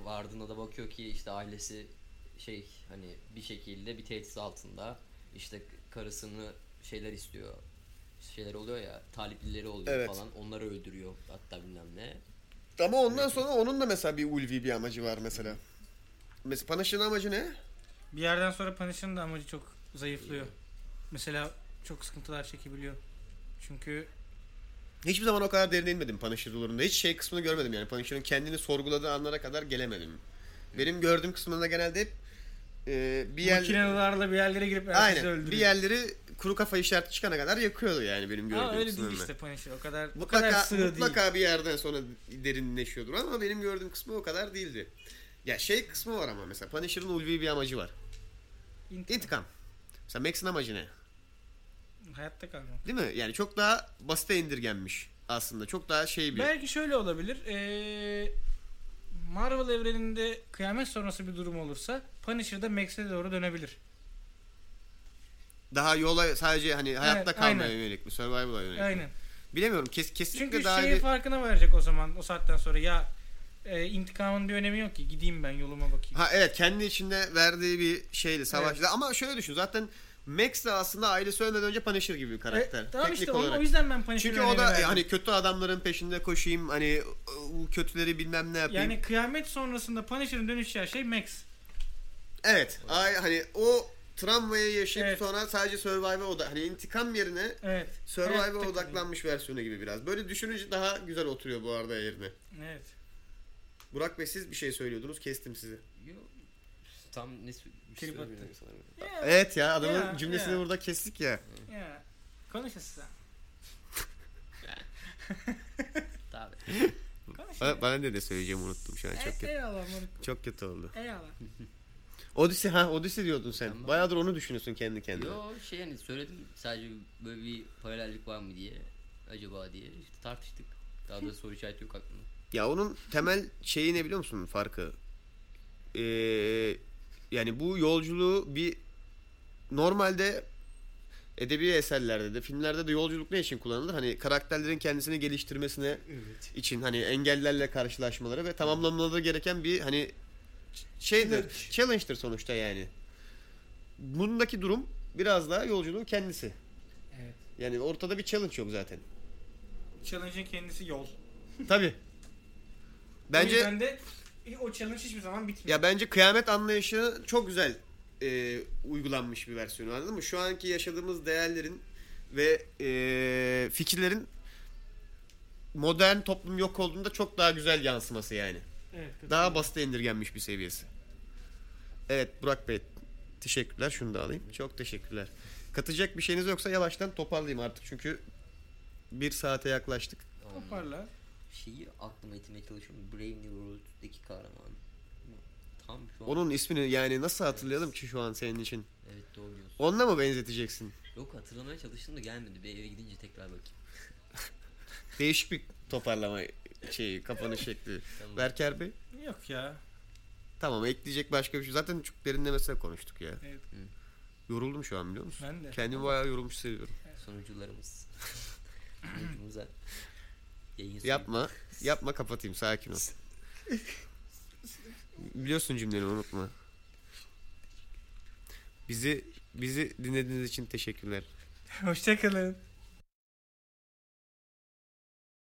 Speaker 2: vardığında da bakıyor ki işte ailesi şey hani bir şekilde bir tehdit altında işte karısını şeyler istiyor şeyler oluyor ya taliplileri oluyor
Speaker 1: Evet.
Speaker 2: falan onları öldürüyor hatta bilmem ne.
Speaker 1: Ama ondan sonra onun da mesela bir ulvi bir amacı var mesela. Mesela Panaş'ın amacı ne?
Speaker 3: Bir yerden sonra Punisher'ın da amacı çok zayıflıyor. Mesela çok sıkıntılar çekebiliyor. Çünkü
Speaker 1: Hiçbir zaman o kadar derine inmedim Punisher durumunda. Hiç şey kısmını görmedim yani. Punisher'ın kendini sorguladığı anlara kadar gelemedim. Benim gördüğüm kısmında genelde hep e, bir yer...
Speaker 3: makinelerle bir yerlere girip herkesi
Speaker 1: Aynen.
Speaker 3: öldürüyor.
Speaker 1: Bir yerleri kuru kafa işareti çıkana kadar yakıyordu yani benim gördüğüm
Speaker 3: Ama öyle
Speaker 1: kısmında.
Speaker 3: değil işte Punisher. O kadar, o kadar
Speaker 1: Mutlaka,
Speaker 3: sığ değil.
Speaker 1: mutlaka bir yerden sonra derinleşiyordur ama benim gördüğüm kısmı o kadar değildi. Ya şey kısmı var ama mesela Punisher'ın ulvi bir amacı var.
Speaker 3: İntikam.
Speaker 1: İntikam. Mesela Max'in amacı ne?
Speaker 3: Hayatta kalmam.
Speaker 1: Değil mi? Yani çok daha basite indirgenmiş aslında. Çok daha şey bir.
Speaker 3: Belki şöyle olabilir. Ee, Marvel evreninde kıyamet sonrası bir durum olursa Punisher'da Max'e doğru dönebilir.
Speaker 1: Daha yola sadece hani hayatta kalmaya
Speaker 3: aynen.
Speaker 1: yönelik mi? Survival'a yönelik mi?
Speaker 3: Aynen.
Speaker 1: Bilemiyorum. Kes, kesinlikle
Speaker 3: Çünkü
Speaker 1: daha
Speaker 3: şeyin
Speaker 1: bir...
Speaker 3: farkına varacak o zaman o saatten sonra ya e, intikamın bir önemi yok ki gideyim ben yoluma bakayım.
Speaker 1: Ha evet kendi içinde verdiği bir şeydi savaşla ama şöyle düşün zaten Max de aslında ailesi ölmeden önce Punisher gibi bir karakter.
Speaker 3: E, tamam
Speaker 1: teknik
Speaker 3: işte onu,
Speaker 1: olarak.
Speaker 3: o yüzden ben Punisher'ı
Speaker 1: Çünkü o da hani kötü adamların peşinde koşayım hani o kötüleri bilmem ne yapayım.
Speaker 3: yani kıyamet sonrasında Punisher'ın dönüşeceği şey Max.
Speaker 1: Evet. Ay, hani o travmayı yaşayıp
Speaker 3: Evet.
Speaker 1: sonra sadece Survivor'a oda hani intikam yerine
Speaker 3: Evet. Hayatta
Speaker 1: Survivor'a
Speaker 3: kalıyor.
Speaker 1: odaklanmış versiyonu gibi biraz. Böyle düşününce daha güzel oturuyor bu arada yerine.
Speaker 3: Evet.
Speaker 1: Burak Bey siz bir şey söylüyordunuz kestim sizi.
Speaker 2: Yo, tam ne sü- bir şey
Speaker 3: Trip
Speaker 2: söylemiyorum
Speaker 3: attı.
Speaker 2: sanırım.
Speaker 3: Ya,
Speaker 1: Evet ya adamın
Speaker 3: Ya,
Speaker 1: cümlesini
Speaker 3: ya.
Speaker 1: burada kestik ya.
Speaker 3: ya. Konuşun size.
Speaker 2: Tabii.
Speaker 3: Konuşun.
Speaker 1: Ba- Bana ne de söyleyeceğimi unuttum şu an çok
Speaker 3: E,
Speaker 1: kötü.
Speaker 3: eyvallah moruk.
Speaker 1: Çok kötü oldu.
Speaker 3: Eyvallah.
Speaker 1: Odisi ha Odisi diyordun sen.
Speaker 2: Tamam.
Speaker 1: Bayağıdır onu düşünüyorsun kendi kendine.
Speaker 2: Yo şey hani söyledim sadece böyle bir paralellik var mı diye acaba diye işte tartıştık. Daha da soru işareti yok aklımda.
Speaker 1: Ya onun temel şeyi ne biliyor musun farkı? Ee, yani bu yolculuğu bir normalde edebi eserlerde de filmlerde de yolculuk ne için kullanılır? Hani karakterlerin kendisini geliştirmesine
Speaker 5: Evet.
Speaker 1: için hani engellerle karşılaşmaları ve tamamlanmaları gereken bir hani şeydir,
Speaker 5: Challenge.
Speaker 1: challenge'dır sonuçta yani. Bundaki durum biraz daha yolculuğun kendisi.
Speaker 3: Evet.
Speaker 1: Yani ortada bir challenge yok zaten.
Speaker 3: Challenge'in kendisi yol.
Speaker 1: Tabii.
Speaker 3: O
Speaker 1: Bence
Speaker 3: yüzden de o challenge hiçbir zaman bitmiyor.
Speaker 1: ya bence kıyamet anlayışı çok güzel e, uygulanmış bir versiyonu anladın mı? Şu anki yaşadığımız değerlerin ve e, fikirlerin modern toplum yok olduğunda çok daha güzel yansıması yani.
Speaker 5: Evet.
Speaker 1: Daha basit indirgenmiş bir seviyesi. Evet Burak Bey teşekkürler şunu da alayım. Çok teşekkürler. Katacak bir şeyiniz yoksa yavaştan toparlayayım artık çünkü bir saate yaklaştık.
Speaker 3: Toparla.
Speaker 2: Şeyi aklıma etmeye çalışıyorum. Brave New World'deki kahraman. Tam şu an.
Speaker 1: Onun ismini yani nasıl hatırlayalım ki şu an senin için?
Speaker 2: Evet doğru diyorsun.
Speaker 1: Onunla mı benzeteceksin?
Speaker 2: Yok hatırlamaya çalıştım da gelmedi. Bir eve gidince tekrar bakayım.
Speaker 1: Değişik bir toparlama şeyi, kapanış şekli.
Speaker 2: Tamam.
Speaker 1: Berker Bey?
Speaker 3: Yok ya.
Speaker 1: Tamam ekleyecek başka bir şey. Zaten çok derinlemesine konuştuk ya.
Speaker 3: Evet.
Speaker 1: Yoruldum şu an biliyor musun?
Speaker 3: Ben de. <laughs>
Speaker 1: Kendimi bayağı yorulmuş seviyorum.
Speaker 2: Sonucularımız. Sonucumuza. Yayın sonu.
Speaker 1: Yapma. Yapma kapatayım sakin ol. Biliyorsun cümleni unutma. Bizi bizi dinlediğiniz için teşekkürler.
Speaker 3: Hoşçakalın.